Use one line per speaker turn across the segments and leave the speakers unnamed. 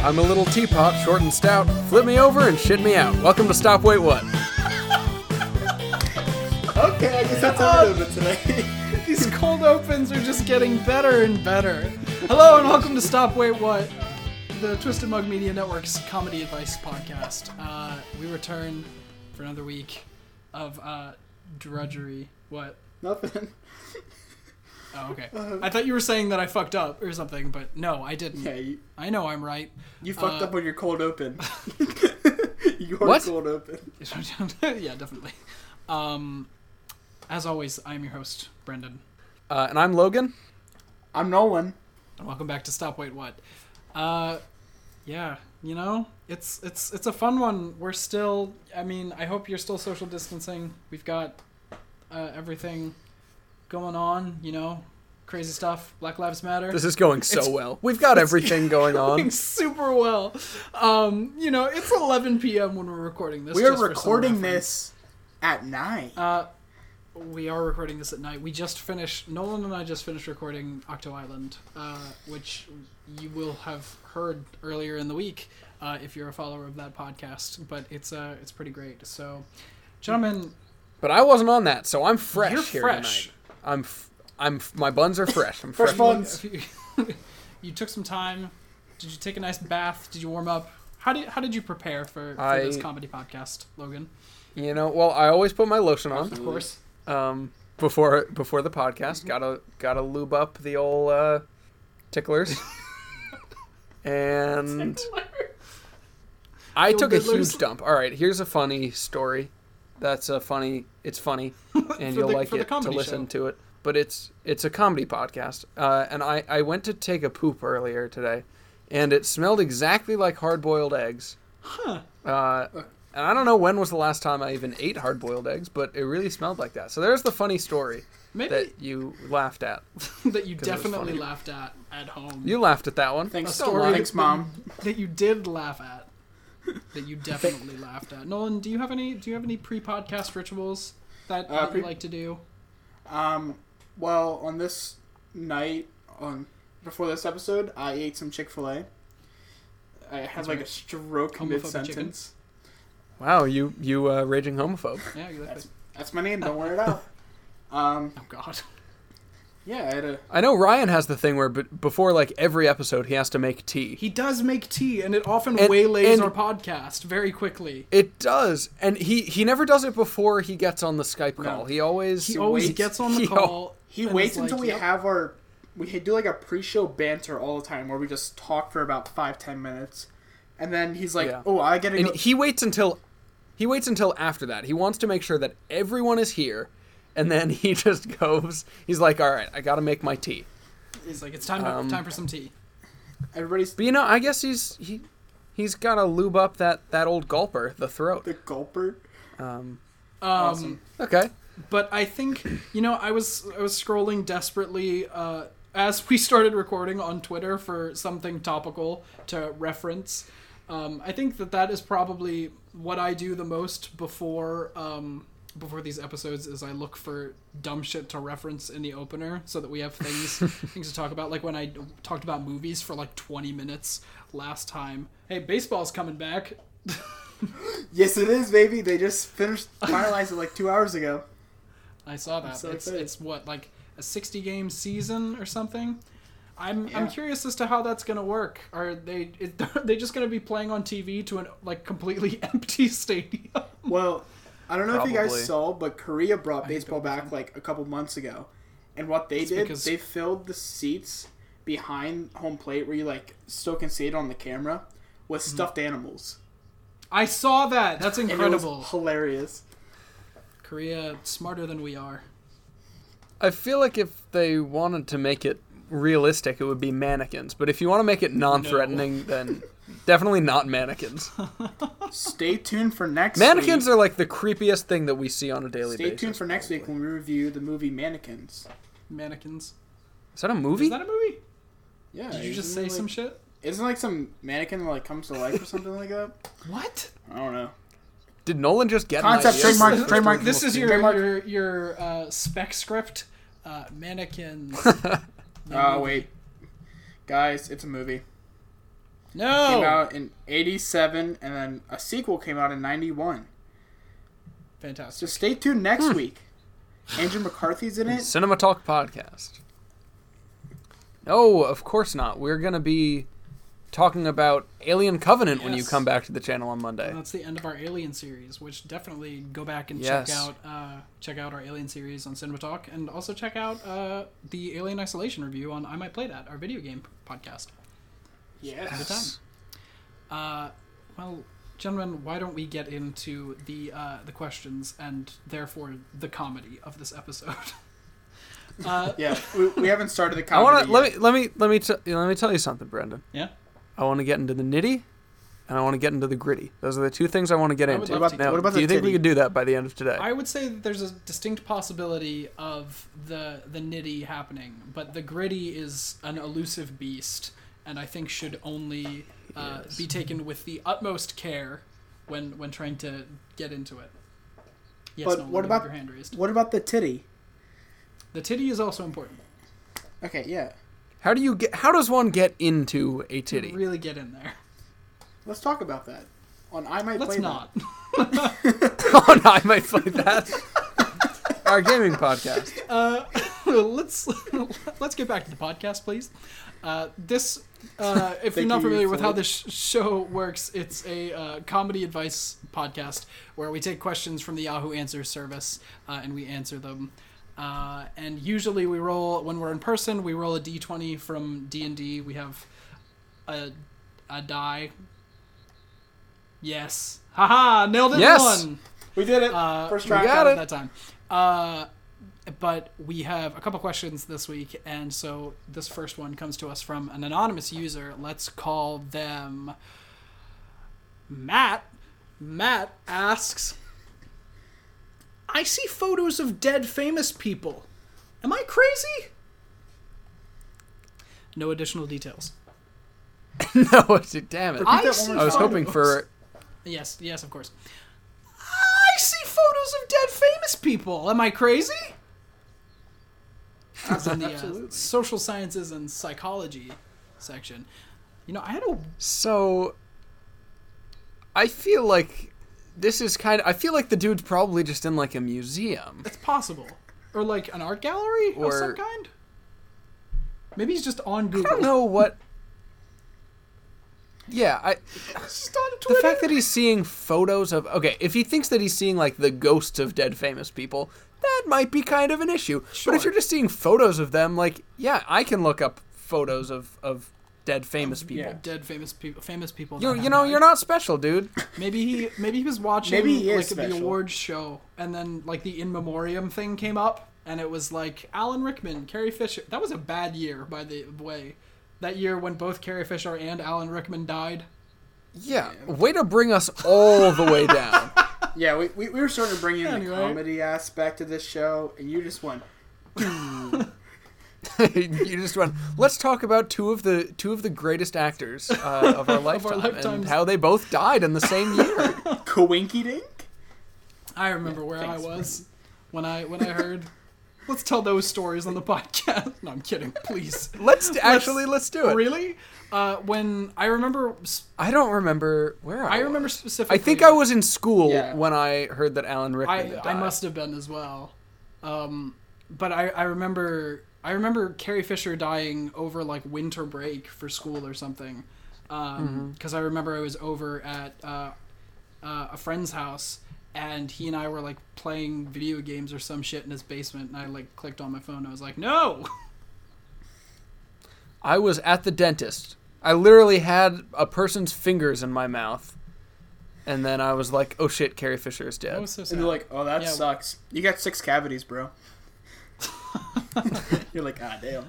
I'm a little teapot, short and stout. Flip me over and shit me out. Welcome to Stop Wait What.
Okay, I guess that's all of it today.
These cold opens are just getting better and better. Hello and welcome to Stop Wait What, the Twisted Mug Media Network's comedy advice podcast. Uh, we return for another week of uh, drudgery. What?
Nothing.
Oh, okay. I thought you were saying that I fucked up or something, but no, I didn't.
Uh, Yeah, you,
I know I'm right.
you fucked
Uh,
up on your cold open. your
What?
cold open.
yeah, definitely. Um, as always, I'm your host, Brendan.
Uh, and I'm Logan.
I'm Nolan.
And welcome back to Stop Wait What. Uh yeah, you know, it's it's it's a fun one. We're still I mean, I hope you're still social distancing. We've got uh, everything going on, you know, crazy stuff, Black Lives Matter.
This is going so
It's-
well. We've got everything going on.
Doing super well. Um, you know, it's 11 p.m. when we're recording this.
We are
just for some
recording
reference.
this at night.
Uh, we are recording this at night. We just finished. Nolan and I just finished recording Octo Island, uh, which you will have heard earlier in the week uh, if you're a follower of that podcast. But it's uh, it's pretty great. So, gentlemen,
But I wasn't on that, so I'm fresh
You're
here
fresh.
tonight. I'm, f- I'm, f- my buns are fresh. I'm
Fresh
fresh.
bun.
if you, you took some time. Did you take a nice bath? Did you warm up? How did how did you prepare for, for
I-
this comedy podcast, Logan?
You know, well, I always put my lotion on.
Of course.
um, before before the podcast. Gotta gotta lube up the old uh, ticklers. and I
The
took a
diddlers.
huge dump. All right, here's a funny story. That's a funny. It's funny, and
For
you'll
the-
like
for the
it to
comedy
listen
show.
to it. But it's it's a comedy podcast, uh, and I I went to take a poop earlier today, and it smelled exactly like hard boiled eggs. Huh. Uh, and I don't know when was the last time I even ate hard boiled eggs, but it really smelled like that. So there's the funny story
Maybe
that you laughed at.
that you
'cause it was
definitely
funny.
laughed at at home.
You laughed at that one.
Thanks,
a story
Thanks,
that-
mom.
that you did laugh at that you definitely laughed at nolan do you have any do you have any pre-podcast rituals that,
Uh,
that
pre-
you like to do
Um, well, on this night, on before this episode, I ate some Chick Fil A. I had like a
right.
stroke
Homophobic
mid sentence.
Wow, you you uh, raging homophobe.
yeah exactly
That's that's my name. Don't wear it out. Um,
oh god
yeah, I had a
I know Ryan has the thing where b- before like every episode he has to make tea.
he does make tea and it often
And-
waylays
and-
our podcast very quickly
It does, and he he never does it before he gets on the Skype call.
No.
He always
he always
waits-
gets on the
he
call
He
and
waits
is like,
until we
"Yep."
have our we do like a pre-show banter all the time where we just talk for about five ten minutes, and then he's like,
Yeah.
"Oh, I gotta
and
go."
he waits until he waits until after that. He wants to make sure that everyone is here, and then he just goes. He's like, "All right, I got to make my tea."
he's like it's time to,
Um,
time for some tea
Everybody's
But you know, I guess he's he he's got to lube up that that old gulper, the throat.
the gulper.
um
Awesome.
Okay.
but I think you know I was I was scrolling desperately uh, as we started recording on Twitter for something topical to reference. Um, I think that that is probably what I do the most before um, before these episodes is I look for dumb shit to reference in the opener so that we have things things to talk about. Like when I talked about movies for like twenty minutes last time. Hey, baseball's coming back.
Yes, it is, baby. They just finished finalized it like two hours ago.
I saw that.
so
it's
excited.
it's what like a sixty game season or something. I'm
Yeah.
I'm curious as to how that's gonna work. Are they is, are they just gonna be playing on TV to an like completely empty stadium?
Well, I don't know if you
Probably.
guys saw, but Korea brought baseball back like a couple months ago, and what they did,
because-
they filled the seats behind home plate where you like still can see it on the camera with stuffed animals.
I saw that. That's
And it was
incredible.
hilarious.
Korea smarter than we are.
I feel like if they wanted to make it realistic, it would be mannequins. But if you want to make it non-threatening, then definitely not mannequins.
Stay tuned for next. week.
Mannequins are like the creepiest thing that we see on a daily
Stay
basis.
tuned for next week when we review the movie Mannequins.
Mannequins.
Is that a movie?
Is that a movie?
Yeah.
Did you just
isn't
say
it
some
like-
shit?
Isn't it like some mannequin that like comes to life or something like that?
What?
I don't know.
Did Nolan just get
Concept
an idea?
trademark,
First
trademark.
original
This is your
Trademark.
your, your uh, spec script. Uh, mannequins.
Uh, Oh wait, guys, it's a movie. Came
No.
out in '87, and then a sequel came out in '91. So
Fantastic.
stay tuned next
Hmm.
week. Andrew McCarthy's in it.
Cinema Talk podcast. No, of course not. We're going to be talking about Alien Covenant when you
Yes.
come back to the channel on Monday.
That's the end of our Alien series, which definitely go back and check
Yes.
out uh, check out our Alien series on Cinema Talk, and also check out uh, the Alien Isolation review on I Might Play That, our video game podcast.
Yes.
time. Uh, well, gentlemen, why don't we get into the uh, the questions and therefore the comedy of this episode? uh,
Yeah, we, we haven't started the
I
comedy.
want to
yet.
let me let me let me t- let me tell you something, Brendan.
yeah.
I want to get into the nitty, and I want to get into the gritty. Those are the two things I want to get
I would
into.
love
What about-
now,
what about
do you
the
think we
titty?
could do that by the end of today?
I would say that there's a distinct possibility of the the nitty happening, but the gritty is an elusive beast, and I think should only uh,
Yes.
be taken with the utmost care when when trying to get into it. Yes,
But
Nolan,
what
you have
about-
your hand raised?
What about the titty?
The titty is also important.
Okay, yeah.
how do you get? How does one get into a titty?
Really get in there.
Let's talk about that. On I might
Let's
play
not.
oh no, I might play that. Our gaming podcast.
Uh, let's let's get back to the podcast, please. Uh, this, uh, if you're
Thank
not
you
familiar with
for
how
it.
this sh- show works, it's a uh, comedy advice podcast where we take questions from the Yahoo Answer service uh, and we answer them. Uh, and usually we roll when we're in person. We roll a d20 from D and D. We have a a die. Yes. Haha! Nailed it.
Yes.
One
that. We did it.
Uh,
First
we
try.
got
out
it.
at that time. Uh, but we have a couple questions this week, and so this first one comes to us from an anonymous user. Let's call them Matt. Matt asks, "I see photos of dead famous people. Am I crazy?" No additional details.
no, it's- damn it.
I
I
that
see
one
I was
photos-
hoping for
Yes, yes, of course. I see photos of dead famous people. Am I crazy? That's in the uh,
Absolutely.
social sciences and psychology section. You know, I had a
so. I feel like this is kind of. I feel like the dude's probably just in like a museum.
it's possible, or like an art gallery of
Or-
some kind. Maybe he's just on Google.
I don't know what. Yeah, I.
He's just on
the
Twitter.
fact that he's seeing photos of okay if he thinks that he's seeing like the ghosts of dead famous people that might be kind of an issue but
Sure.
if you're just seeing photos of them like yeah i can look up photos of of dead famous people
yeah.
dead famous people, famous people.
you,
that
you
have
know
died.
you're not special dude
Maybe he maybe he was watching
Maybe he
like
is
the
special.
awards show and then like the in memoriam thing came up and it was like Alan Rickman, Carrie Fisher. That was a bad year by the way. That year when both Carrie Fisher and Alan Rickman died.
yeah way to bring us all the way down
Yeah, we, we, we were starting to bring in
Anyway.
the comedy aspect of this show, and you just went.
you just went let's talk about two of the two of the greatest actors uh, of our lifetime and
lifetimes.
how they both died in the same year
Coinky dink?
I remember where
thanks,
I was when I when I heard let's tell those stories on the podcast. No, I'm kidding. Please.
let's d- actually let's do it
Really? Uh, when I remember s-
i don't remember where i,
I
was.
remember specifically
I think I was in school
Yeah.
when I heard that Alan Rickman had
I, I
died.
must have been as well. Um, but I, I remember I remember Carrie Fisher dying over like winter break for school or something. Because I remember I was over at uh, uh, a friend's house and he and I were like playing video games or some shit in his basement and I like clicked on my phone and I was like, no!
I was at the dentist. I literally had a person's fingers in my mouth, and then I was like, "Oh shit, Carrie Fisher is
That
dead."
was so sad.
And you're like, oh, that
Yeah.
sucks. You got six cavities, bro. you're like, ah, damn.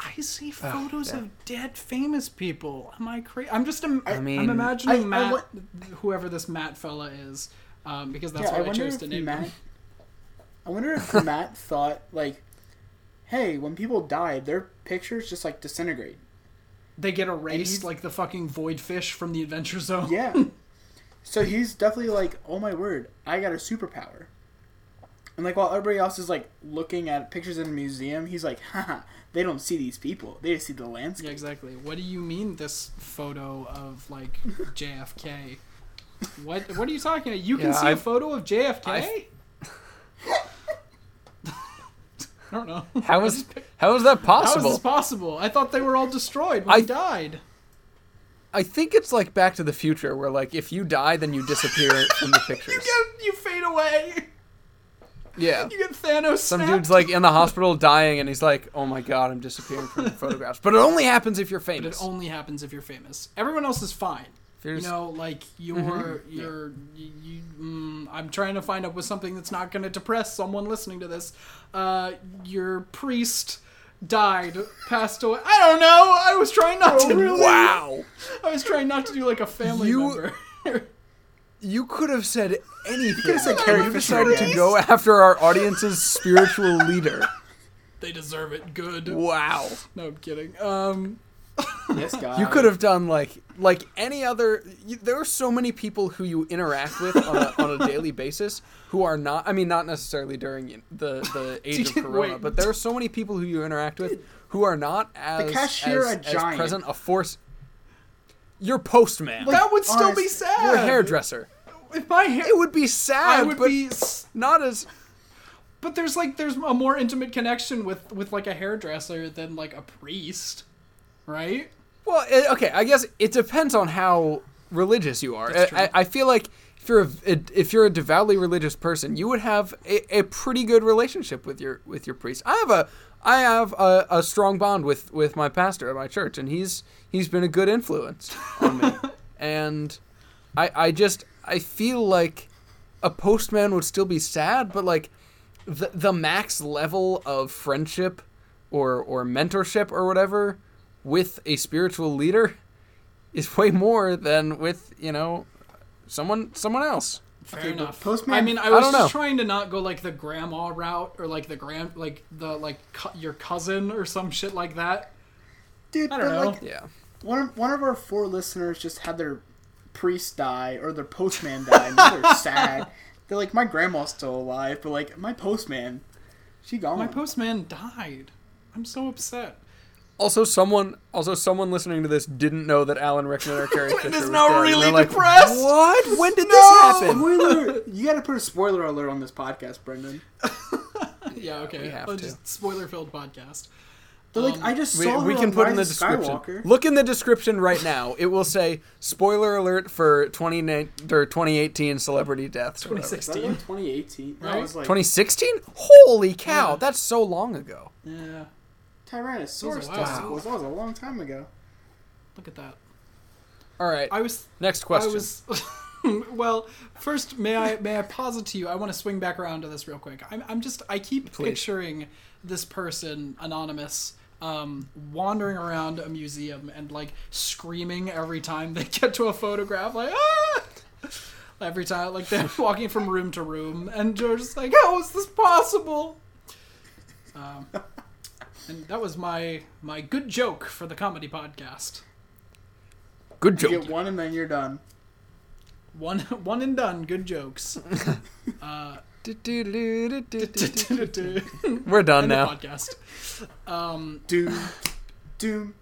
I see
Ah,
photos of dead famous people. Am I crazy? I'm just. Im- I
mean-
am imagining
I- I
Matt,
want-
whoever this Matt fella is, um, because that's
yeah, I
what I,
wonder
chose
if
to name
Matt.
him.
I wonder if Matt thought like, hey, when people died, their pictures just like disintegrate.
They get
he's-
erased like the fucking void fish from the Adventure Zone.
Hmm.
Yeah. so he's definitely like, oh my word, I got a superpower. And like while everybody else is like looking at pictures in a museum, he's like, haha, they don't see these people. They just see the
Yeah,
landscape.
exactly. What do you mean this photo of like JFK? What what are you talking about? You can
Yeah,
see a
I've-
photo of JFK? I
I've-
don't know.
How is how is that
How is
possible?
this possible? I thought they were all destroyed when
I-
they died.
I think it's like Back to the Future, where like if you die, then you disappear from the pictures.
You fade away.
Yeah.
You get Thanos.
Some dude's like in the hospital dying, and he's like, "Oh my god, I'm disappearing from the photographs." But it only happens if you're
But it
famous.
only happens if you're famous. Everyone else is fine.
There's- Mm-hmm.
You know, like you're, you're, you. you mm, I'm trying to find up with something that's not going to depress someone listening to this. Uh, your priest died, passed away. I don't know. I was trying not to. Oh, Really,
Wow,
I was trying not to do like a family
You-
member.
you could have said anything. You,
Carrie Fisher
decided to
again.
go after our audience's spiritual leader.
they deserve it. Good.
Wow,
No, I'm kidding. Um,
Yes, guy.
you could have done like like any other. You, there are so many people who you interact with on a, on a daily basis who are not. I mean, not necessarily during you- the the age of
Wait.
Corona, but there are so many people who you interact with who are not as
cashier
as,
at
as
Giant.
present a force. Your postman.
that would still be
honest,
sad.
Your hairdresser.
If my hair,
It would be
I
sad,
would
but
be. s-
not as.
But there's like there's a more intimate connection with with like a hairdresser than like a priest, right?
Well, it, okay, I guess it depends on how religious you are. Eh,
That's
I, I,
true.
I feel like if you're a, eh, if you're a devoutly religious person, you would have a, a pretty good relationship with your with your priest. I have a I have a, a strong bond with with my pastor at my church, and he's he's been a good influence on me. and I I just I feel like a postman would still be sad, but like the the max level of friendship or or mentorship or whatever with a spiritual leader is way more than with you know someone someone else.
Fair
Okay, but
enough.
postman-
I mean, I
I
was
don't
just
know.
trying to not go like the grandma route or like the grand like the like cu- your cousin or some shit like that.
Dude,
I don't
but,
know.
like
Yeah.
one of, one of our four listeners just had their priest die or their postman die, and now they're sad. They're like, my grandma's still alive, but like my postman, she gone.
My postman died. I'm so upset.
Also, someone also someone listening to this didn't know that Alan Rickman or Carrie Fisher
is
was
now
dead, and
really
they're like,
depressed.
What? When did
No!
this happen?
Oh, spoiler! You gotta put a spoiler alert on this podcast, Brendan.
Yeah, okay.
we have
Oh,
to.
just spoiler-filled podcast.
But like,
Um,
I just
We,
saw
we
her
can
on
put in the
Rise of
description.
Skywalker.
Look in the description right now. It will say spoiler alert for 29 or 2018 celebrity deaths. or whatever.
26.
Is that like 2018? That
Right?
was like
2016? Holy cow,
Yeah.
that's so long ago.
Yeah,
Tyrannosaurus
Wow.
testicles. That was a long time ago.
look at that.
All right.
I was
next question.
I was well. First, may I may I posit to you? I want to swing back around to this real quick. I'm, I'm just I keep
Please.
picturing this person anonymous um, wandering around a museum and like screaming every time they get to a photograph, like ah. Every time, like they're walking from room to room, and you're just like, "How is this possible?" Um, and that was my my good joke for the comedy podcast.
Good
You
joke.
get one and then you're done.
One one and done. Good jokes.
We're
End
done
the
now.
podcast.
Doom, doom,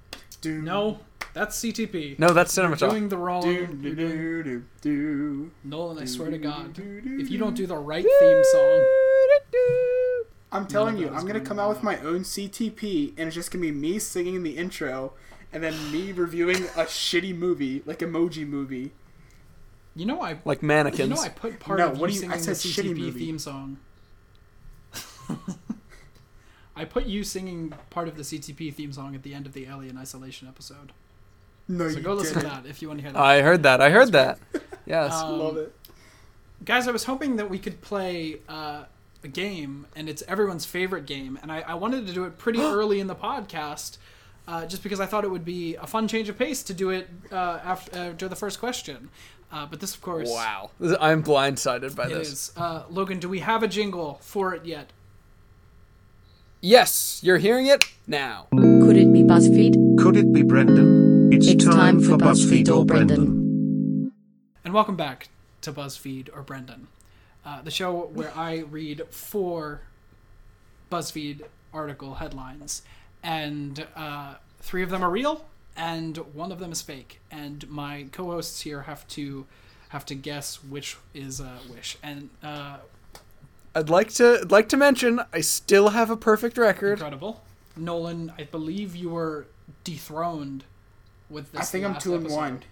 doom.
No, that's CTP.
No, that's Cinematalk.
doing the wrong.
Doom, do, do, do, do.
Nolan, I swear to God,
do, do,
if you don't do the right theme song,
I'm telling
of
you,
that
I'm
is
gonna
going
come
on
out with
now.
my own CTP, and it's just gonna be me singing the intro, and then me reviewing a shitty movie, like Emoji Movie.
you know I,
Like
you
mannequins.
know I put part
No,
of
what do
you
you-
singing
I
the
said shitty
CTP
movie.
theme song. I put you singing part of the CTP theme song at the end of the Alien Isolation episode.
No,
So
you
go listen to
didn't.
that if you want to hear that.
I heard that. I heard that. Yes.
Um,
Love it.
guys i was hoping that we could play uh, a game and it's everyone's favorite game and i, I wanted to do it pretty early in the podcast uh, just because i thought it would be a fun change of pace to do it uh, after, after the first question uh, but this of course
wow. This- I'm blindsided by
it
this.
is uh, logan do we have a jingle for it yet
Yes, you're hearing it now.
Could it be BuzzFeed?
Could it be Brendan? It's,
It's
time, for BuzzFeed or Brendan.
and welcome back to buzzfeed or brendan uh, the show where I read four BuzzFeed article headlines, and uh, three of them are real, and one of them is fake. And my co-hosts here have to have to guess which is uh, which. And uh,
I'd like to I'd like to mention I still have a perfect record.
incredible, Nolan, I believe you were dethroned with this.
I think I'm
last
two and
episode.
one.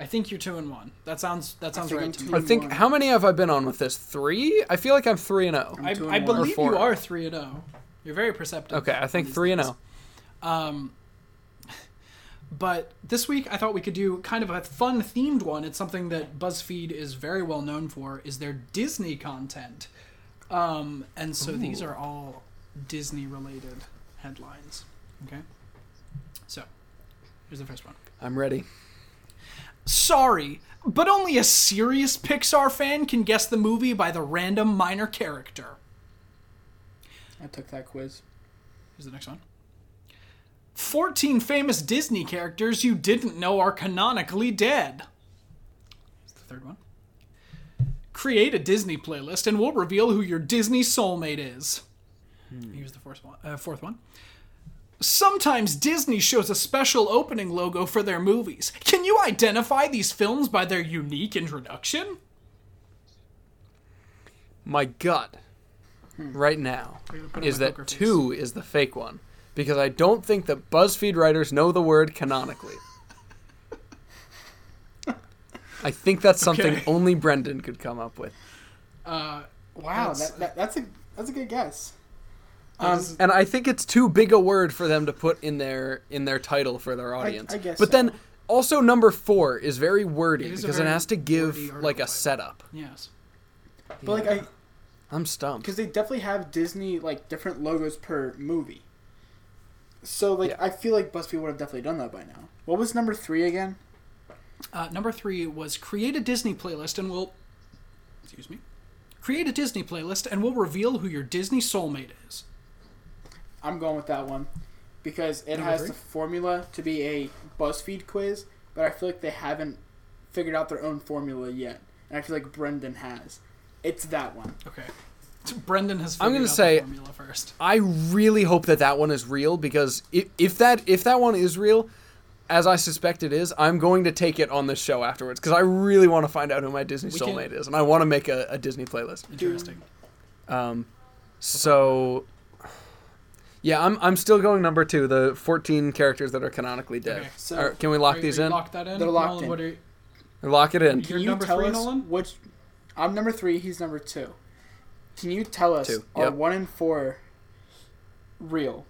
I think you're two and one. That sounds that sounds
think
right
I'm
to
two
me.
I think how many have I been on with this? Three? I feel like I'm three and oh. zero.
I,
two and
I
one. Or
believe
four.
you are three and zero. You're very perceptive.
Okay, I think
on these
three and oh.
things.
zero.
But this week, I thought we could do kind of a fun themed one. It's something that BuzzFeed is very well known for is their Disney content, um, and so these are all Disney related headlines. Okay, so here's the first one.
I'm ready.
Sorry, but only a serious Pixar fan can guess the movie by the random minor character.
I took that quiz.
Here's the next one. 14 famous Disney characters you didn't know are canonically dead. Here's the third one. Create a Disney playlist and we'll reveal who your Disney soulmate is.
Hmm.
Here's the fourth one. Uh, fourth one. Sometimes Disney shows a special opening logo for their movies. Can you identify these films by their unique introduction?
My gut
Hmm.
right now
put on
is
my
that
poker face.
two is the fake one because I don't think that BuzzFeed writers know the word canonically. I think that's something
Okay.
only Brendan could come up with.
Wow,
Uh, That's-
that, that, that's a that's a good guess.
That
Um,
is-
and I think it's too big a word for them to put in their in their title for their audience.
I guess
but
so.
then also number four is very wordy
It is a
because it
very
has to
wordy
give
article
like a
title.
setup.
yes.
But like I,
I'm stumped.
because they definitely have Disney like different logos per movie. So like
Yeah.
I feel like BuzzFeed would have definitely done that by now. What was number three again?
Uh, number three was create a Disney playlist and we'll. Excuse me. Create a Disney playlist and we'll reveal who your Disney soulmate is.
I'm going with that one because it has
three?
the formula to be a BuzzFeed quiz, but I feel like they haven't figured out their own formula yet, and I feel like Brendan has. It's that one.
Okay. Brendan has.
I'm gonna
figured out the
say-
formula first.
Uh,
I really hope that that one is real because if, if that if that one is real, as I suspect it is, I'm going to take it on this show afterwards because I really want to find out who my Disney
can-
soulmate is and I want to make a, a Disney playlist.
Interesting.
So, yeah, I'm I'm still going number two. The 14 characters that are canonically dead.
Okay,
so-
Alright, can we lock
Are-
these
are you
in?
locked that in.
They're locked
Nolan,
in.
What are you,
Lock it in.
You're number three, Nolan?
which? I'm number three. He's number two. Can you tell us
Two,
are
yep.
one and four real?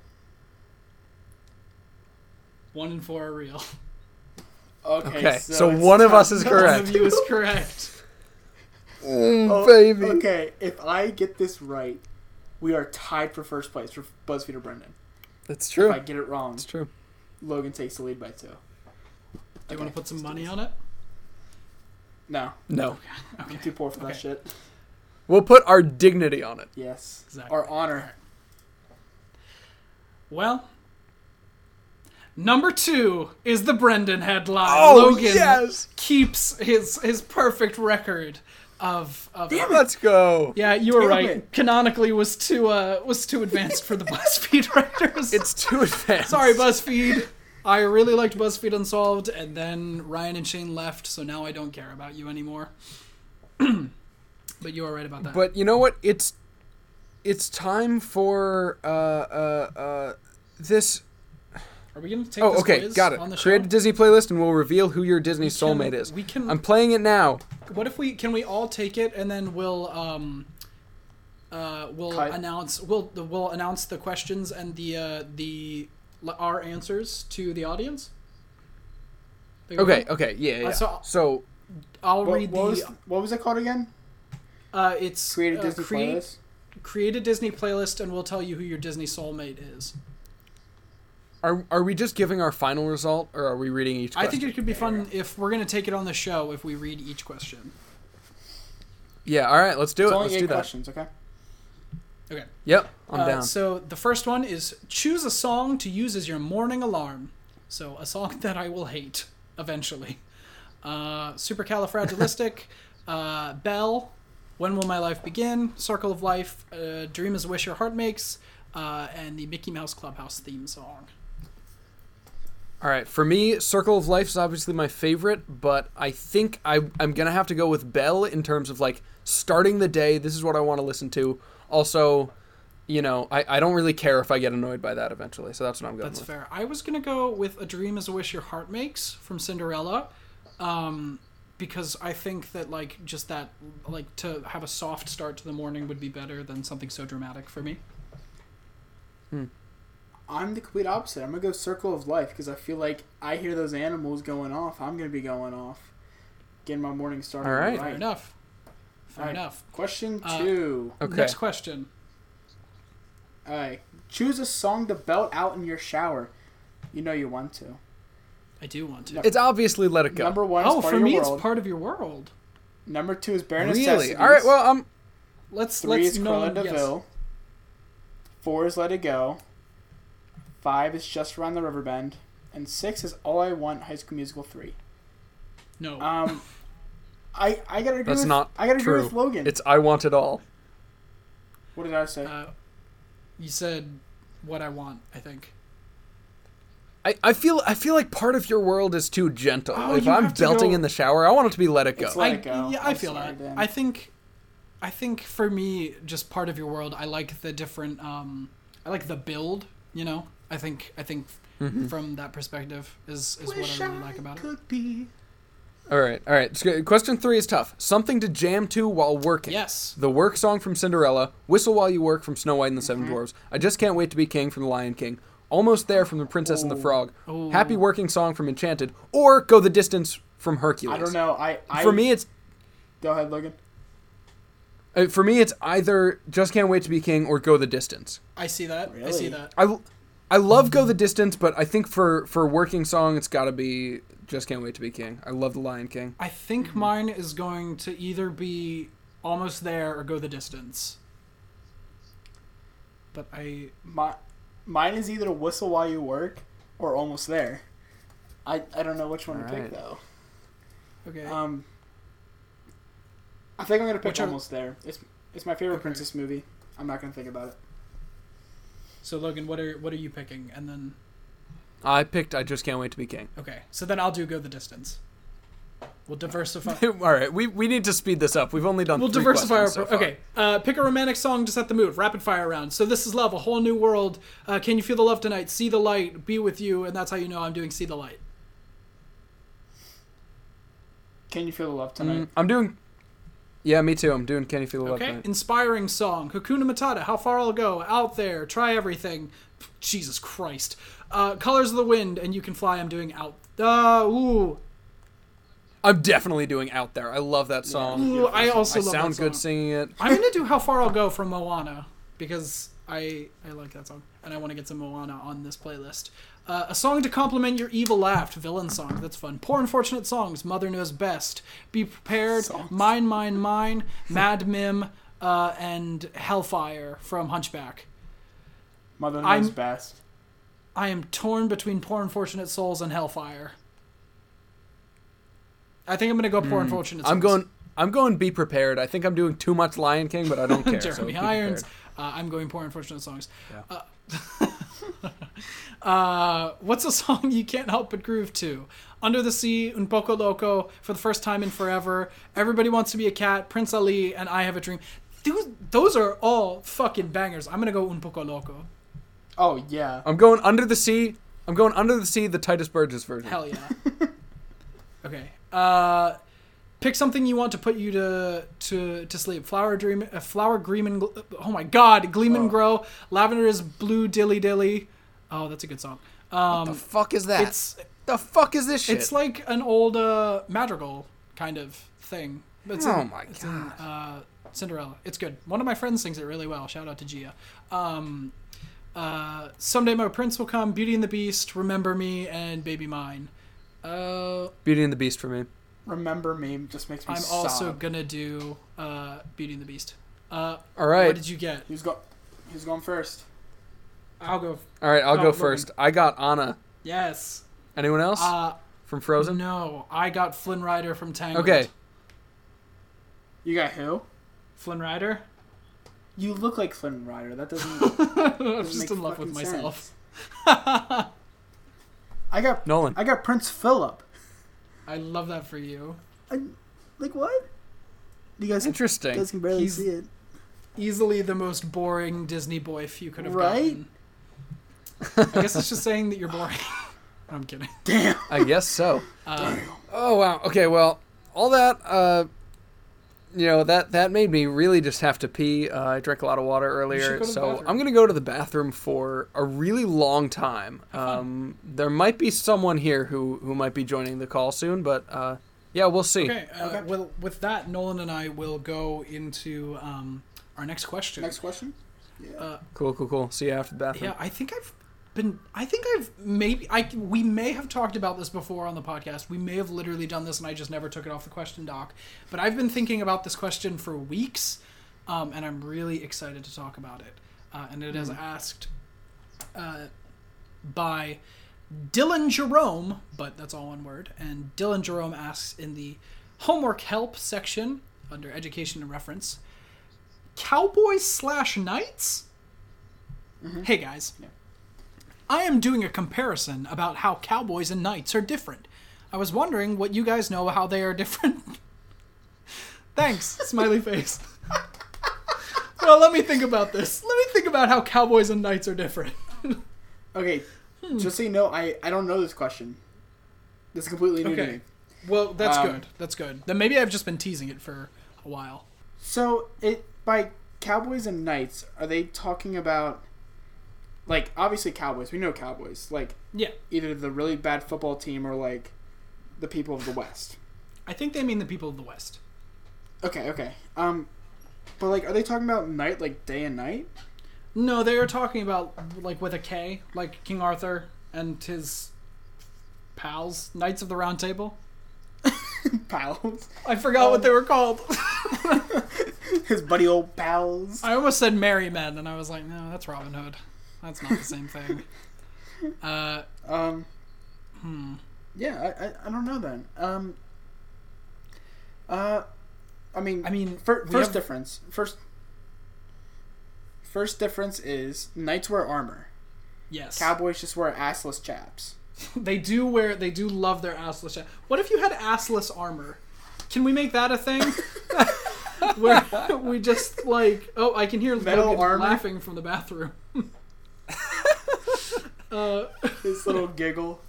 one and four are real.
Okay.
Okay, so one of us is
One
correct.
of you is correct.
baby.
Okay, if I get this right, we are tied for first place for BuzzFeed or Brendan.
That's
If
true.
I get it wrong,
That's true.
Logan takes the lead by two.
Do you want
Okay.
to put some money on it?
No,
No,
Okay.
I'm too poor for
Okay.
that shit.
we'll put our dignity on it.
Yes,
Exactly.
our honor.
Well. Number two is the Brendan headline. Logan
Oh, yes,
keeps his his perfect record of of
let's go.
Yeah, you were
Damn
right.
it.
Canonically was too uh was too advanced for the BuzzFeed writers.
It's too advanced.
Sorry, BuzzFeed. I really liked BuzzFeed Unsolved, and then Ryan and Shane left, so now I don't care about you anymore. but you are right about that.
But you know what? It's it's time for uh uh uh this.
are we gonna take
Oh,
this
okay,
quiz
got it.
on the
Create a
show?
Disney playlist, and we'll reveal who your Disney
Can-
soulmate is.
We can.
I'm playing it now.
what if we can we all take it and then we'll um uh we'll
Cut.
announce we'll we'll announce the questions and the uh the our answers to the audience. Think
Okay,
about it?
okay, yeah, yeah.
Uh, so-
so
I'll
What,
read
what was,
the
what was it called again?
uh it's
Create a
uh,
Disney
create,
playlist.
create a Disney playlist and we'll tell you who your Disney soulmate is.
Are are we just giving our final result, or are we reading each?
I
Question?
think it could be fun if we're gonna take it on the show if we read each question.
yeah. All right, let's do
It's
it.
only
Let's
eight
do that.
questions. Okay.
Okay.
Yep, I'm
Uh,
down.
so the first one is choose a song to use as your morning alarm. So a song that I will hate eventually. Uh, Supercalifragilistic, uh, Bell, When Will My Life Begin, Circle of Life, uh, Dream is a Wish Your Heart Makes, uh, and the Mickey Mouse Clubhouse theme song.
All right, for me, Circle of Life is obviously my favorite, but I think I, I'm gonna have to go with Bell in terms of like starting the day. This is what I want to listen to. Also, you know, I, I don't really care if I get annoyed by that eventually, so that's what I'm going
That's
with.
fair. I was gonna go with "A Dream Is a Wish Your Heart Makes" from Cinderella, um, because I think that like just that like to have a soft start to the morning would be better than something so dramatic for me.
I'm the complete opposite. I'm gonna go circle of life because I feel like I hear those animals going off. I'm gonna be going off, getting my morning started.
All right.
Fair enough. Fair
All right.
enough.
Question
Uh,
two.
Okay.
Next question.
All right. Choose a song to belt out in your shower. You know you want to.
I do want to.
No,
It's obviously Let It Go.
Number one
oh,
is part
for
of your
me,
world.
it's part of your world.
Number two is bare
really?
necessities.
All right. Well, um, I'm
Let's
3
let's
is
no
Cruella
one-
de
yes.
Vil. Four is Let It Go. Five is Just Around the River Bend, and six is All I Want. High School Musical three.
No.
Um, I I gotta agree.
That's
with,
not
I gotta
true.
agree with Logan.
It's I Want It All.
what did I say?
uh, you said what I want. I think.
I, I feel I feel like part of your world is too gentle.
Oh,
if
you
I'm
have to go-
belting in the shower, I want it to be let it go.
It's like- Let
I,
it go.
Yeah, I
I'm
feel
sorry,
that.
Dan.
I think, I think for me, just part of your world. I like the different. Um, I like the build. You know, I think I think
Mm-hmm.
from that perspective is is what I really like about it.
could be.
all right, all right. So, Question three is tough. Something to jam to while working.
Yes.
The work song from Cinderella, Whistle While You Work from Snow White and the 7 Dwarfs, I Just Can't Wait to Be King from The Lion King, Almost There from The Princess and the Frog,
Ooh.
Happy Working Song from Enchanted, or Go the Distance from Hercules.
I don't know. I, I
For me, it's
go ahead, Logan.
uh, for me it's either Just Can't Wait to Be King or Go the Distance.
I see that. I
Really?
see that.
I, l- I love Go the Distance, but I think for for working song it's got to be Just Can't Wait to Be King. I love The Lion King.
I think
Mm-hmm.
mine is going to either be almost there or go the distance. But I
My, mine is either whistle while you work or almost there. I, I don't know which one to
Alright.
pick though.
okay.
Um, I think I'm gonna pick
Which are-
almost there. It's it's my favorite princess movie. I'm not gonna think about it.
so Logan, what are what are you picking? And then
I picked I Just Can't Wait to Be King.
okay, so then I'll do go the distance. We'll diversify.
All right, we, we need to speed this up. We've only done
We'll
three
diversify our.
questions so far.
okay, uh, pick a romantic song to set the mood. Rapid fire round. So this is love, a whole new world. Uh, Can you feel the love tonight? See the light, be with you, and that's how you know I'm doing. See the light.
Can you feel the love tonight?
Mm.
I'm doing. Yeah, me too. I'm doing Can You Feel the Love
Okay.
Tonight.
Inspiring song. Hakuna Matata. How far I'll go. Out there. Try everything. Pff, Jesus Christ. Uh, Colors of the wind and you can fly. I'm doing out. Uh, ooh.
I'm definitely doing Out There. I love that song.
Ooh. I also
I
love
sound
that
good
song.
singing it.
I'm gonna do How Far I'll Go from Moana because I I like that song and I want to get some Moana on this playlist. Uh, a song to complement your evil laugh, villain song. That's fun. Poor unfortunate songs. Mother knows best. Be prepared. Mine, mine, mine. Mad Mim uh, and Hellfire from Hunchback.
Mother knows
I'm-
best.
I am torn between Poor Unfortunate Souls and Hellfire. I think I'm gonna go Poor Unfortunate Souls.
Hmm. I'm going. I'm going. Be prepared. I think I'm doing too much Lion King, but I don't care. so
Jeremy
be
Irons.
prepared.
Uh, I'm going Poor Unfortunate Songs. Uh, what's a song you can't help but groove to? Under the Sea, Un Poco Loco, for the first time in forever. Everybody Wants to Be a Cat, Prince Ali, and I Have a Dream. Those, those are all fucking bangers. I'm gonna go Un Poco Loco.
Oh yeah.
I'm going under the sea. I'm going under the sea. The Titus Burgess version.
Hell yeah. okay. Uh, pick something you want to put you to to to sleep. Flower dream, uh, flower gleam and gl- oh my god, gleam and grow. Lavender is blue dilly dilly. Oh, that's a good song. Um,
the fuck is that?
it's
the fuck is this shit?
it's like an old uh, madrigal kind of thing. It's
oh
in,
my
it's in,
god.
uh, Cinderella. It's good. One of my friends sings it really well. Shout out to Gia. Um, uh, someday my prince will come. Beauty and the Beast, Remember Me, and Baby Mine. Uh,
Beauty and the Beast for me.
Remember me just makes me
I'm
sob.
also gonna do uh, Beauty and the Beast. Uh,
All right.
What did you get?
Who's go? Who's going first?
I'll go.
All right. I'll
Oh,
go
Logan.
first. I got Anna.
Yes.
Anyone else
Uh,
from Frozen?
no, I got Flynn Rider from Tangled.
okay.
You got who?
Flynn Rider.
You look like Flynn Rider. That doesn't.
I'm
doesn't
just
make
in love with
fucking
myself.
sense. I got
Nolan.
I got Prince Philip.
I love that for you.
I, like what? You guys, you
Interesting.
guys can barely
He's-
see it.
Easily the most boring Disney boy if you could have
Right?
gotten. I guess it's just saying that you're boring. I'm kidding.
Damn.
I guess so.
Uh,
Oh wow. Okay. Well, all that. Uh, you know that that made me really just have to pee. Uh, I drank a lot of water
should
earlier,
go to the
so
bathroom.
I'm gonna go to the bathroom for a really long time. Um, there might be someone here who who might be joining the call soon, but uh, yeah, we'll see.
okay. Uh, Well, with that, Nolan and I will go into um, our next question.
Next question. Yeah.
Cool, cool, cool. See you after the bathroom.
Yeah, I think I've been. I think I've maybe. I we may have talked about this before on the podcast. We may have literally done this, and I just never took it off the question doc. But I've been thinking about this question for weeks, um, and I'm really excited to talk about it. Uh, and it is asked uh, by Dylan Jerome, but that's all one word. And Dylan Jerome asks in the homework help section under education and reference. Cowboys slash knights? Hey guys. I am doing a comparison about how cowboys and knights are different. I was wondering what you guys know how they are different. Thanks, smiley face. well, let me think about this. Let me think about how cowboys and knights are different.
Okay. Just so you know, I I don't know this question. This is completely new to
Okay.
me.
Well, that's
Um,
good. That's good. Then maybe I've just been teasing it for a while.
So it by cowboys and knights, are they talking about like obviously cowboys? We know cowboys, like
Yeah.
either the really bad football team or like the people of the West.
I think they mean the people of the West.
Okay, okay. Um, but like, are they talking about night, like day and night?
No, they are talking about like with a K, like King Arthur and his pals, Knights of the Round Table.
Pals,
I forgot what they were called.
his buddy old pals.
Um, I almost said merry men, and I was like, no, that's Robin Hood. That's not the same thing. Uh,
Um, Yeah, I, I, I don't know then. Um, uh, I mean,
I mean,
fir-
we
first
have-
difference, first, first difference is knights wear armor.
yes,
Cowboys just wear assless chaps.
they do wear. They do love their assless. Sh- what if you had assless armor? Can we make that a thing? Where we just like, oh, I can hear
Metal
Logan
armor?
laughing from the bathroom. uh,
His little giggle.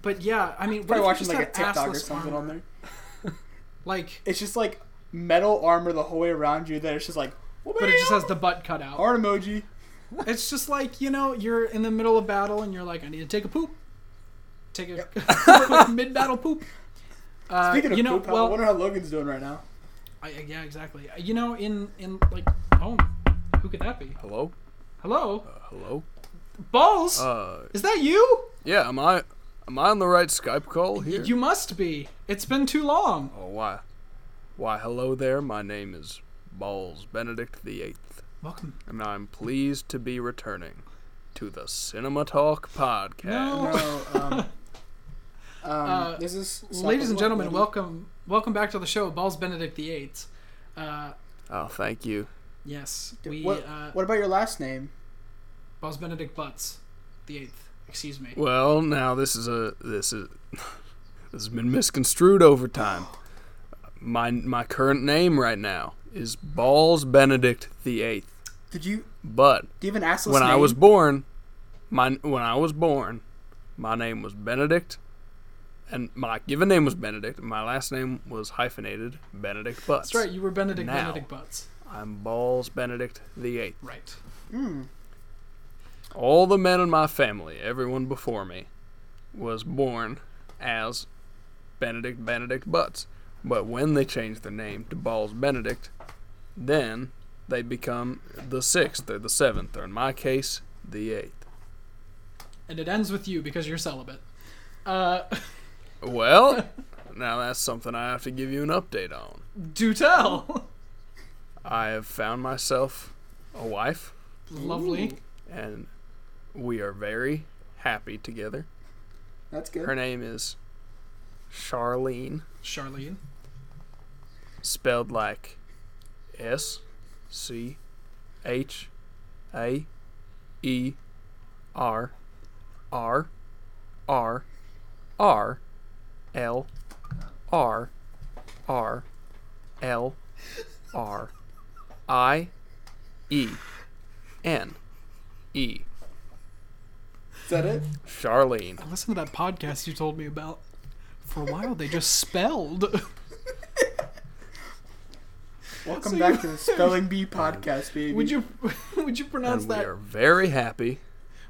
but yeah, I mean, what
Probably
if you
watching
just
like a
had
TikTok or
assless
something
armor?
on there.
Like,
It's just like metal armor the whole way around you. That it's just like,
but it just has the butt cut out.
heart emoji.
It's just like, you know, you're in the middle of battle and you're like, I need to take a poop. Take a mid battle poop. Uh,
Speaking of
you know,
poop, I
well,
wonder how Logan's doing right now.
I, I- yeah, exactly. Uh, You know, in in like, oh, who could that be?
Hello.
Hello,
Hello.
balls.
Uh,
Is that you?
yeah. Am I am I on the right Skype call here?
You must be. It's been too long.
oh, why? Why? Hello there. My name is Balls Benedict the Eighth.
Welcome.
and I'm pleased to be returning to the Cinema Talk podcast.
No, um, um,
Oh, Uh,
this is
Ladies and gentlemen, welcome welcome back to the show, Balls Benedict the Eighth. Uh,
Oh, thank you.
yes, we
What,
uh,
what about your last name?
Balls Benedict Butts the Eighth. Excuse me.
Well, now this is a this is this has been misconstrued over time. My my current name right now is Balls Benedict the Eighth,
Did you
but
do you have an assless
when
name?
I was born, my when I was born, my name was Benedict, and my given name was Benedict. and My last name was hyphenated Benedict Butts.
That's right. You were Benedict
Now.
Benedict Butts.
I'm Balls Benedict the Eighth.
Right.
all the men in my family, everyone before me, was born as Benedict Benedict Butts. But when they change their name to Balls Benedict, then they become the sixth or the seventh, or in my case, the eighth.
and it ends with you because you're celibate. Uh,
Well, now that's something I have to give you an update on.
do tell.
I have found myself a wife,
Lovely.
and we are very happy together.
That's good.
Her name is Charlene.
Charlene.
spelled like S C H A E R R R R L R R L R I E N E
Is that it?
Charlene.
Listen to that podcast you told me about. For a while, they just spelled.
Welcome
So
back
you-
to the Spelling Bee podcast, baby.
Would you would you pronounce
And we
that?
are very happy.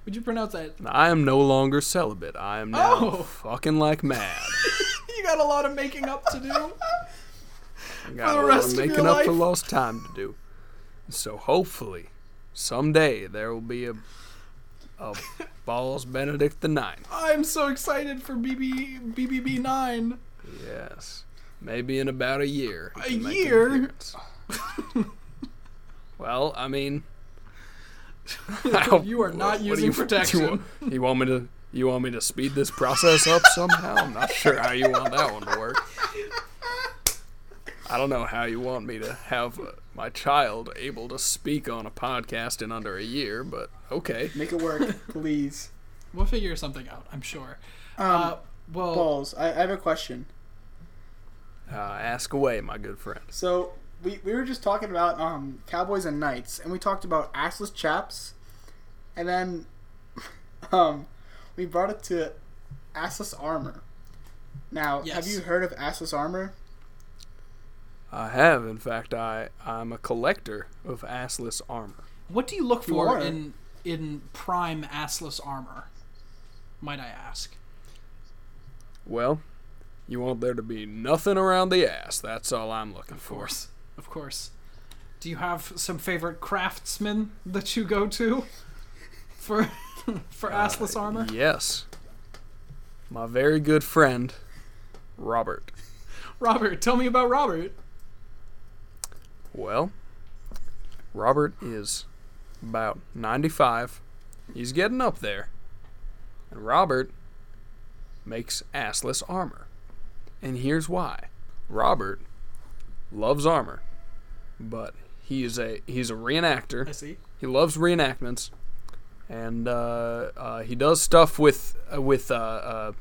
Would you pronounce that?
I am no longer celibate. I am now
Oh.
fucking like mad.
You got a lot of making up to do.
Got a
the
lot
rest
of
of
making
your
up for
life.
lost time to do. So hopefully, someday there will be a a balls Benedict the Ninth.
I'm so excited for BB BBB nine.
Yes, maybe in about a year. it
A
can make an
year?
appearance. well, I mean, I-
You are
what
not
do
using protection.
You want, you want me to? You want me to speed this process up somehow? I'm not sure how you want that one to work. I don't know how you want me to have uh, my child able to speak on a podcast in under a year, but okay.
make it work, please?
We'll figure something out. I'm sure.
Um,
Uh, well,
balls. I, I have a question.
Uh, ask away, my good friend.
So we, we were just talking about um, cowboys and knights, and we talked about assless chaps, and then um, we brought it to assless armor. Now, have
Yes.
you heard of assless armor?
I have, in fact, I I'm a collector of assless armor.
what do you look for
are.
in in prime assless armor? Might I ask?
Well, you want there to be nothing around the ass. That's all I'm looking
Of
for.
course, of course. Do you have some favorite craftsmen that you go to for for
Uh,
assless armor?
Yes. My very good friend, Robert.
Robert, tell me about Robert.
Well, Robert is about 95. He's getting up there. And Robert makes assless armor. And here's why. Robert loves armor, but he is a he's a reenactor.
I see.
He loves reenactments, and uh, uh, he does stuff with uh, with uh, uh,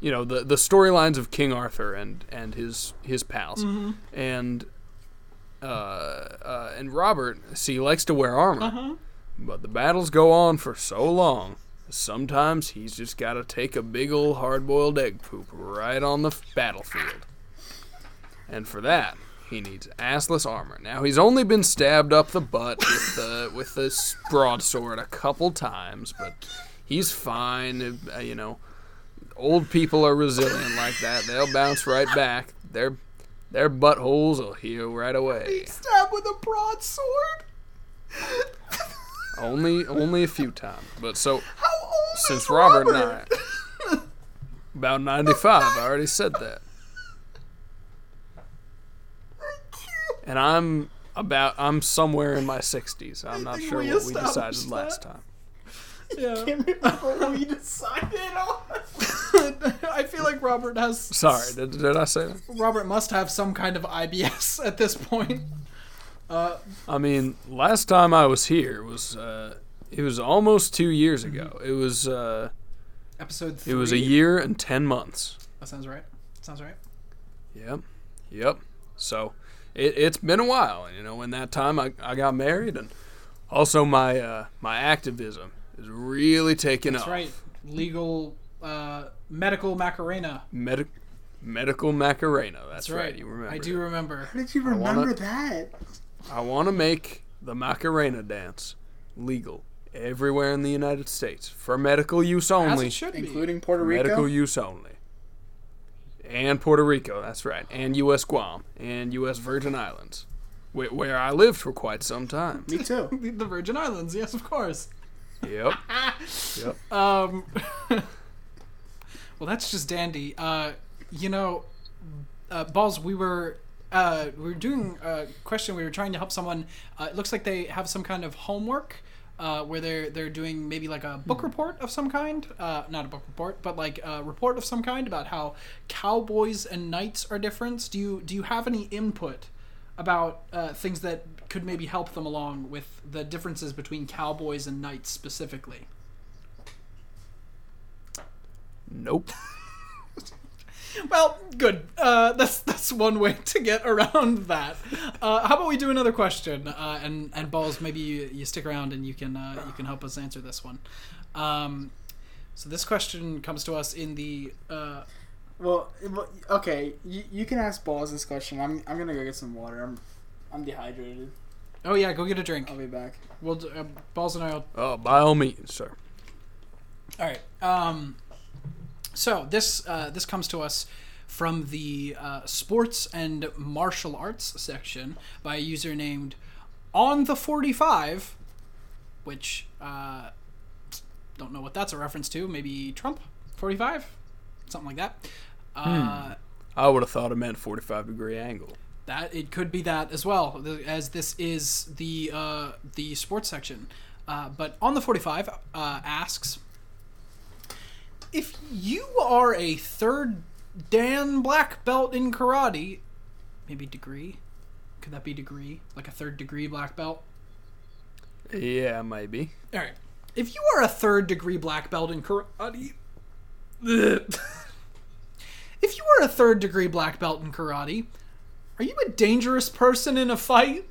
you know the the storylines of King Arthur and and his his pals, and uh, uh, and Robert. See, he likes to wear armor, but the battles go on for so long. Sometimes he's just got to take a big old hard-boiled egg poop right on the battlefield. And for that, he needs assless armor. Now he's only been stabbed up the butt with the with this broadsword a couple times, but he's fine. uh, You know, old people are resilient like that. They'll bounce right back. Their their buttholes will heal right away.
Stab with a broadsword.
Only only a few times. But so
How old is
since Robert,
Robert?
and I about ninety five, I already said that. And I'm about I'm somewhere in my sixties. I'm not
think
sure
we
what we decided
established
last
that.
time.
Yeah.
Can't remember we decided on.
I feel like Robert has.
Sorry, did, did I say that?
Robert must have some kind of IBS at this point.
I mean, last time I was here was uh, it was almost two years ago. It was uh,
Episode Mm-hmm. three.
it was a year and ten months.
That sounds right. Sounds right.
Yep. Yep. So it, it's been a while. You know, in that time I, I got married and also my uh, my activism is really taking
That's
off.
right. Legal uh, medical Macarena.
Medi- medical Macarena. That's,
That's
right.
right.
You remember.
I do
it.
remember.
How did you
wanna-
remember that?
I want to make the Macarena dance legal everywhere in the United States for medical use
As
only.
it should be.
Including Puerto Rico.
medical use only. And Puerto Rico, that's right. And U.S. Guam. And U.S. Virgin Islands, wh- where I lived for quite some time.
Me too.
The Virgin Islands. Yes, of course.
Yep. yep.
Um, well, that's just dandy. Uh, you know, uh, balls. We were uh, we were doing a question. We were trying to help someone. Uh, it looks like they have some kind of homework. Uh, where they're they're doing maybe like a book report of some kind, uh, not a book report, but like a report of some kind about how cowboys and knights are different. Do you do you have any input about uh, things that could maybe help them along with the differences between cowboys and knights specifically.
Nope.
Well, good. Uh, that's that's one way to get around that. Uh, how about we do another question? Uh, and and balls, maybe you, you stick around and you can uh, you can help us answer this one. Um, so this question comes to us in the uh,
Well, it- well, okay, you, you can ask balls this question. I'm I'm gonna go get some water. I'm I'm dehydrated.
oh yeah, go get a drink.
I'll be back.
We'll d- uh, balls and I. Will,
Oh, by all means, sir.
all right. Um, so this uh, this comes to us from the uh, sports and martial arts section by a user named on the 45 which uh, don't know what that's a reference to maybe trump 45 something like that uh,
I would have thought it meant 45 degree angle.
that it could be that as well, th- as this is the uh, the sports section. Uh, but on the forty five uh, asks if you are a third Dan black belt in karate, maybe degree. Could that be degree? Like a third degree black belt?
Yeah, maybe.
All right. If you are a third degree black belt in uh, karate, if you are a third degree black belt in karate, are you a dangerous person in a fight?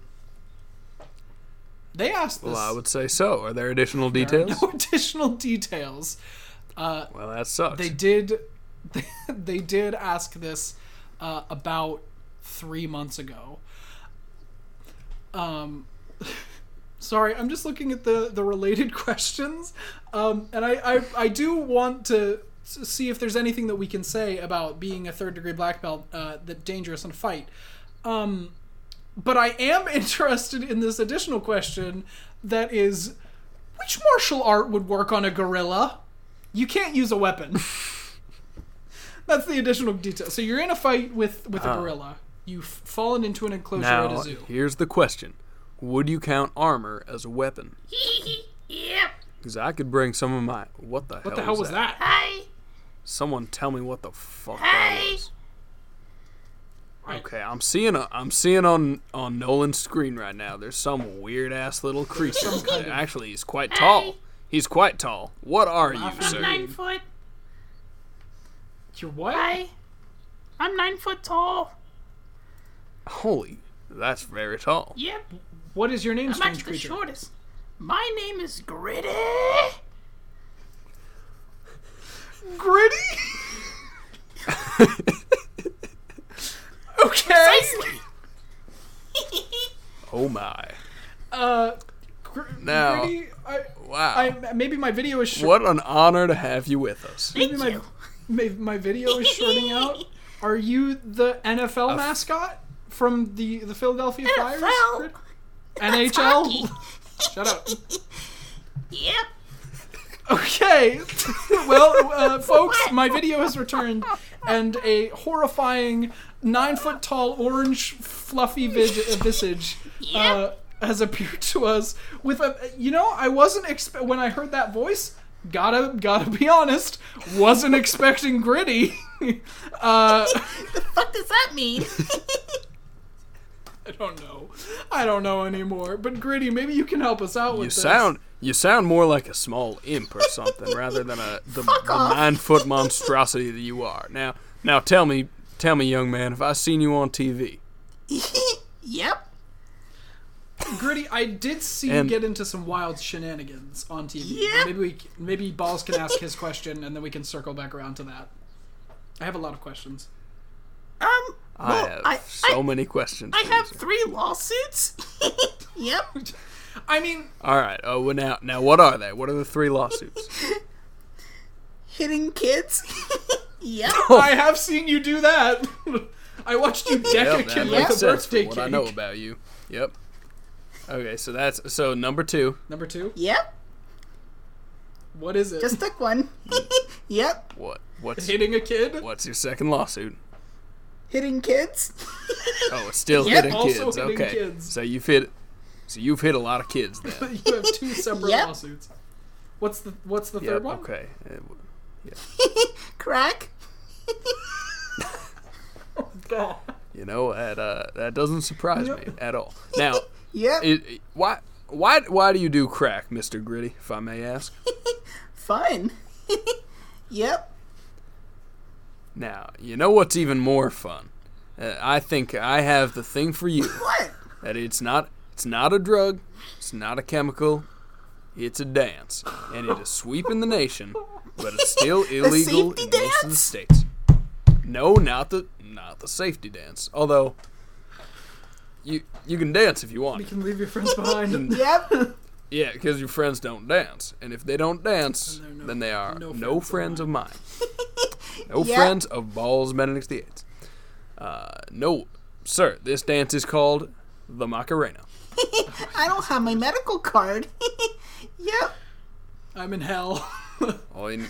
They asked this.
Well, I would say so. Are there additional
There are
details?
No additional details.
Well, that sucks.
They did. They, they did ask this uh, about three months ago. Um, sorry, I'm just looking at the the related questions, um, and I, I I do want to s- see if there's anything that we can say about being a third degree black belt uh, that dangerous in a fight. Um, but I am interested in this additional question that is. Which martial art would work on a gorilla? You can't use a weapon. That's the additional detail. So you're in a fight with with a gorilla. You've fallen into an enclosure at
Oh. now,
a zoo.
here's the question Would you count armor as a weapon?
Yep.
Because I could bring some of my. What the hell
What the hell was that?
Hi.
Someone tell me what the fuck that
Hey!
is.
Right.
Okay, I'm seeing a, I'm seeing on on Nolan's screen right now. There's some weird ass little creature.
kind of-
Actually, he's quite tall. He's quite tall. What are you,
Laughing
sir?
Nine foot.
You're what?
Hi. I'm nine foot tall.
Holy, that's very tall.
Yep.
What is your name,
I'm
strange
actually the
creature?
shortest. My name is Gritty.
Gritty. okay.
Oh my!
Uh, gr-
Now-
Gritty. I,
Wow!
I, maybe my video is short.
what an honor to have you with us.
Maybe my, may- my video is shorting out. Are you the NFL mascot from the the Philadelphia Flyers?
NFL?
Grit- NHL. Oh.
hockey.
Shut up.
Yep.
Okay. well, uh, folks, my video has returned, and a horrifying nine foot tall orange fluffy vis- visage uh, has appeared to us with a. You know, I wasn't expe- when I heard that voice. Gotta gotta be honest. Wasn't expecting gritty. uh,
Fuck does that mean?
I don't know. I don't know anymore. But gritty, maybe you can help us out with
You
this.
sound you sound more like a small imp or something rather than a the, the
off.
nine foot monstrosity that you are. Now now tell me tell me, young man, have I seen you on TV?
yep.
Gritty, I did see
And-
you get into some wild shenanigans on TV.
Yeah.
Maybe we, c- maybe Balls can ask his question, and then we can circle back around to that. I have a lot of questions.
Um. well,
I have
I,
so
I,
many questions.
I
for you,
have
sir.
three lawsuits. yep.
I mean,
All right. Oh, well, now now what are they? What are the three lawsuits?
Hitting kids. yep.
Oh.
I have seen you do that. I watched you deck a
Yep, that
kid
makes
with a
sense
birthday
from what
cake.
I know about you. Yep. Okay, so that's so number two.
Number two,
Yep.
what is it?
Just took one. yep.
What what's
hitting a kid.
what's your second lawsuit?
Hitting kids.
Oh, it's still
Yep,
hitting
also
kids.
hitting
okay,
kids.
so you've hit so you've hit a lot of kids then.
you have two separate
Yep.
lawsuits. What's the What's the
Yep,
third one?
okay. Uh, w-
Crack.
Oh.
You know, that uh, that doesn't surprise me at all. Now,
Yep.
it, it- why why why do you do crack, Mister Gritty? If I may ask.
Fun.
Yep.
Now, you know what's even more fun? Uh, I think I have the thing for you.
What?
That it's not it's not a drug, it's not a chemical, it's a dance, and it is sweeping the nation, but it's still illegal
safety
in most of the
dance?
states. No, not the not the safety dance. Although you you can dance if you want.
You can leave your friends behind.
Yep.
Yeah, because your friends don't dance, and if they don't dance,
Then
then,
they're no-
they are
no
no,
friends
friends of mine. no
Yeah.
friends of Balls Benedict VIII. Uh, no, sir. This dance is called the Macarena.
I don't have my medical card. yep.
I'm in hell.
All you,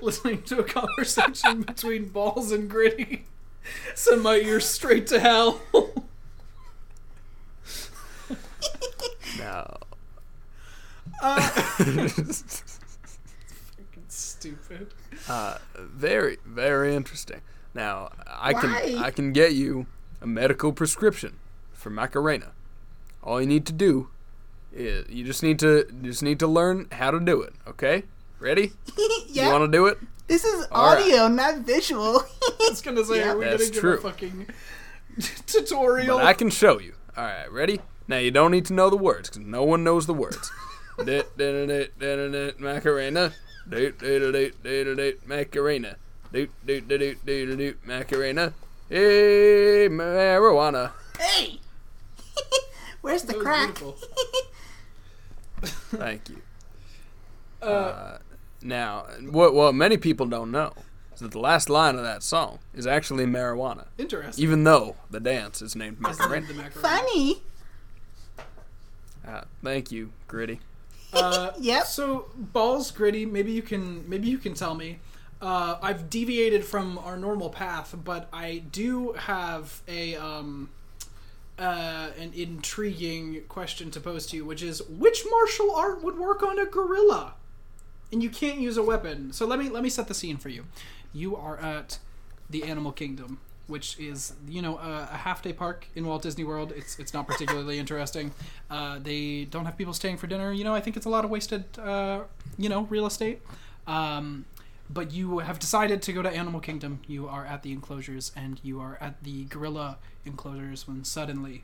Listening to a conversation between balls and gritty. Send my ears straight to hell.
now,
Uh, Stupid.
very, very interesting. Now, I
Why?
can I can get you a medical prescription for Macarena. All you need to do is you just need to you just need to learn how to do it. Okay, ready?
Yep.
You want to do it?
this is
All right.
audio, not visual.
I was gonna say, are we
That's
gonna get a
true.
fucking tutorial?
But I can show you. All right, ready? Now you don't need to know the words because no one knows the words. Dit, dit, dit, dit, dit, Macarena, doot doot doot doot doot Macarena, doot doot doot doot doot doot Macarena. Hey, marijuana.
hey. Where's the
That was
crack?
beautiful.
Thank you. Uh, now, what what many people don't know is that the last line of that song is actually marijuana,
Interesting.
even though the dance is named
Just named the
Macarena.
macaroni.
Funny.
Uh, thank you, Gritty.
Uh,
Yep.
So balls gritty. Maybe you can. Maybe you can tell me. Uh, I've deviated from our normal path, but I do have a um, uh, an intriguing question to pose to you, which is which martial art would work on a gorilla? And you can't use a weapon. So let me let me set the scene for you. You are at the Animal Kingdom, which is you know a, a half day park in Walt Disney World. It's it's not particularly interesting. Uh, they don't have people staying for dinner. You know I think it's a lot of wasted uh, you know real estate. Um, but you have decided to go to Animal Kingdom. You are at the enclosures and you are at the gorilla enclosures when suddenly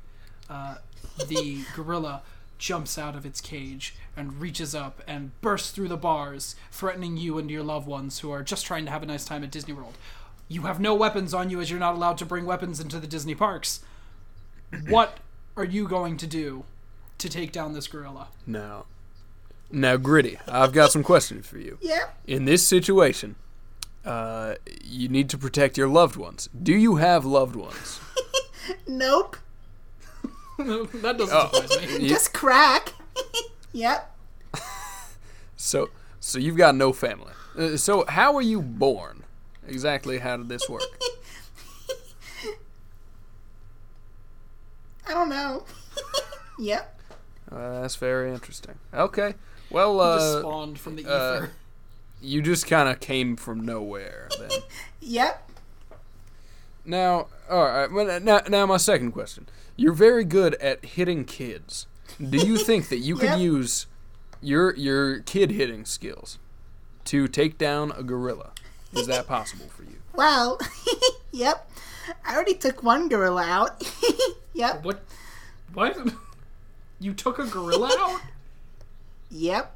uh, the gorilla jumps out of its cage and reaches up and bursts through the bars, threatening you and your loved ones who are just trying to have a nice time at Disney World. You have no weapons on you as you're not allowed to bring weapons into the Disney parks. What are you going to do to take down this gorilla?
Now, now, Gritty, I've got some questions for you.
Yep.
In this situation, uh, you need to protect your loved ones. Do you have loved ones?
Nope.
that doesn't
Oh.
surprise me.
You-
Just crack. yep.
so, so you've got no family. Uh, so, how were you born? Exactly, how did this work?
I don't know. yep.
Uh, that's very interesting. Okay, well,
Just
uh,
spawned from the ether.
uh, you just kind of came from nowhere then.
Yep.
Now, all right. Well, now, now, my second question: You're very good at hitting kids. Do you think that you could
Yep.
use your your kid hitting skills to take down a gorilla? Is that possible for you?
Well, yep. I already took one gorilla out. yep.
What? What? You took a gorilla out?
Yep.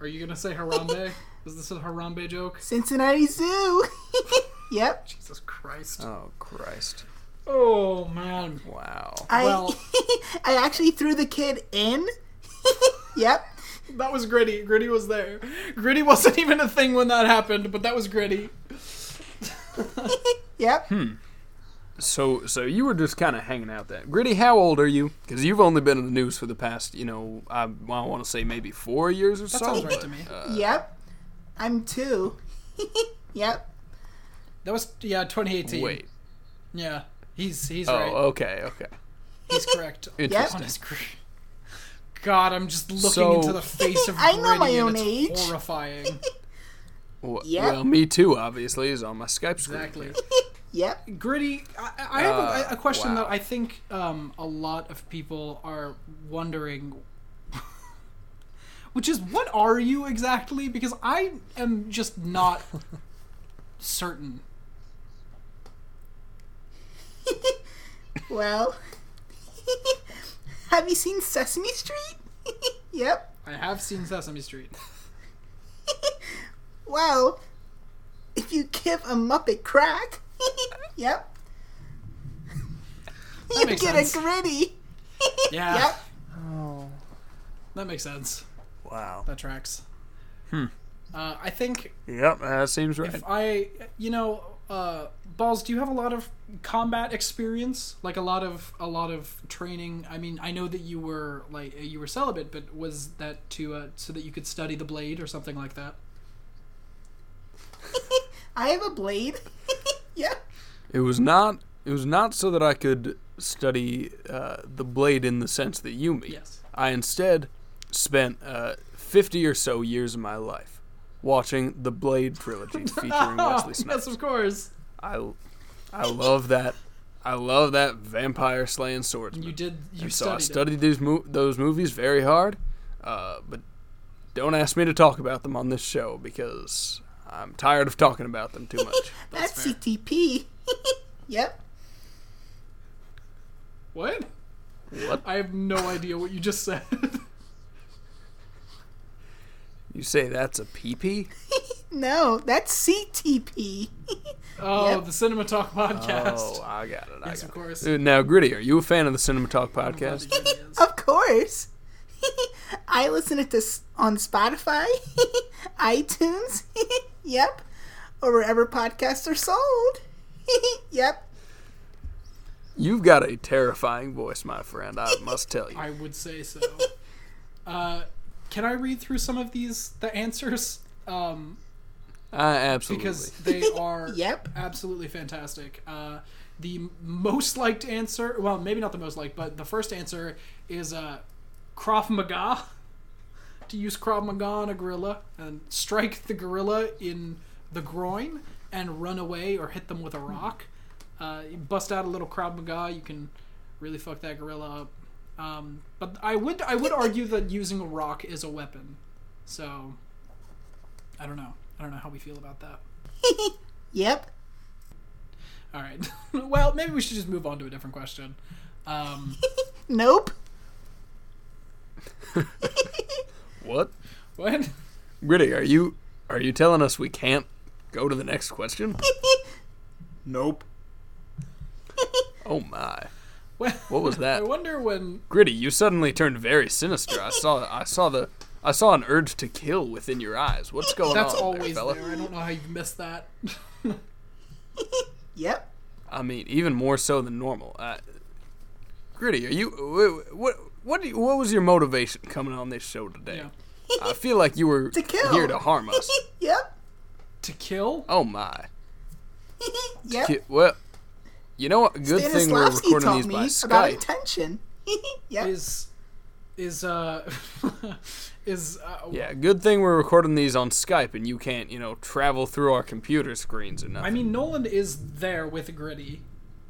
Are you gonna say Harambe? Is this a Harambe joke?
Cincinnati Zoo. yep.
Jesus Christ!
Oh Christ!
Oh man!
Wow.
I
Well-
I actually threw the kid in. yep.
That was gritty. Gritty was there. Gritty wasn't even a thing when that happened, but that was gritty.
Yep.
Hmm.
So, so you were just kind of hanging out there. Gritty, how old are you? Because you've only been in the news for the past, you know, I, want to say maybe four years or so.
sounds right
but,
to me.
uh,
Yep. I'm two. yep.
That was yeah, 2018.
wait.
Yeah, he's he's
Oh,
right.
okay, okay.
He's correct.
Interesting.
On his gr- God, I'm just looking
So-
into the face of
I know
Gritty,
my
and
own
it's
age.
horrifying.
Well,
Yeah.
well, me too, obviously, is on my Skype screen.
Exactly.
Yep.
Gritty, I, I have
Uh,
a, a question
wow.
that I think um, a lot of people are wondering, which is what are you exactly? Because I am just not certain.
Well, have you seen Sesame Street? yep.
I have seen Sesame Street.
Well, if you give a Muppet crack, yep, you
makes
get
sense.
a gritty.
Yeah.
Yep.
That makes sense.
Wow.
That tracks. Hmm. Uh, I think
Yep, that seems right.
if I, you know, uh, balls. Do you have a lot of combat experience? Like a lot of a lot of training. I mean, I know that you were like uh, you were celibate, but was that to uh, so that you could study the blade or something like that?
I have a blade. yep.
It was not. It was not so that I could study uh, the blade in the sense that you mean.
Yes.
I instead spent uh, fifty or so years of my life watching the Blade trilogy featuring Wesley Snipes.
yes, of course.
I, I love that. I love that vampire slaying swordsman.
You did. You
And so
studied.
I studied these mo- those movies very hard, uh, but don't ask me to talk about them on this show because I'm tired of talking about them too much.
That's,
fair.
CTP.
It.
yep.
What?
What?
I have no idea what you just said.
You say that's a pee pee?
No, that's CTP.
oh,
Yep.
the Cinema Talk podcast.
Oh, I got it. I
Yes,
got
of
it.
course.
Uh, Now, Gritty, are you a fan of the Cinema Talk
Glad
podcast?
that you did this.
of course. I listen to this on Spotify, iTunes. yep. Or wherever podcasts are sold. yep.
You've got a terrifying voice, my friend. I must tell you.
I would say so. uh, can I read through some of these the answers? Um,
I absolutely.
because they are
Yep.
absolutely fantastic. Uh, the m- most liked answer, well, maybe not the most liked, but the first answer is uh, Krav Maga. To use Krav Maga on a gorilla and strike the gorilla in the groin and run away or hit them with a rock. Uh, you bust out a little Krav Maga, you can really fuck that gorilla up. Um, but I would I would argue that using a rock is a weapon. So I don't know. I don't know how we feel about that.
Yep.
All right. well, maybe we should just move on to a different question. Um,
Nope.
what?
what?
Gritty, are you are you telling us we can't go to the next question?
Nope.
Oh my.
Well,
What was
I
that?
wonder when.
Gritty, you suddenly turned very sinister. I saw I saw the I saw an urge to kill within your eyes. What's going
That's
on there,
always
fella?
there. I don't know how you missed that.
Yep.
I mean, even more so than normal. Uh, Gritty, are you wh- wh- what? What? Do you, what was your motivation coming on this show today?
Yeah.
I feel like you were
kill.
here to harm us.
Yep.
to kill?
Oh my!
Yep.
Ki- Well, you know what? Good thing we're
Stanislavski
recording
taught
these
me
by
about
Skype.
intention. yep.
Is is uh is uh,
yeah, good thing we're recording these on Skype, and you can't, you know, travel through our computer screens or nothing.
I mean Nolan is there with Gritty,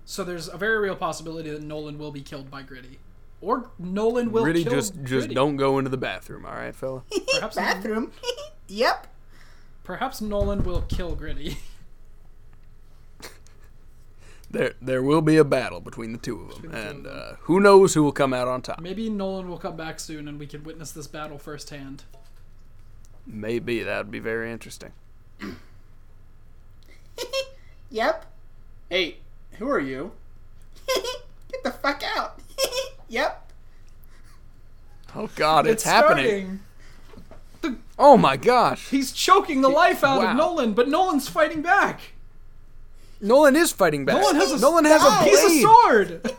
so there's a very real possibility that Nolan will be killed by Gritty, or Nolan will
Gritty,
kill
just just
Gritty.
don't go into the bathroom, all right, fella?
Perhaps,
Bathroom. yep.
perhaps Nolan will kill Gritty.
There, there will be a battle between the two of them,
the two of
and
them.
uh, who knows who will come out on top?
Maybe Nolan will come back soon and we can witness this battle firsthand.
Maybe that would be very interesting.
Yep.
Hey, who are you?
Get the fuck out. yep.
Oh God, it's, happening! Oh my gosh,
He's choking the life out
wow.
of Nolan, but Nolan's fighting back.
Nolan is fighting back.
Nolan has a-
Nolan has a
He's a
blade.
sword.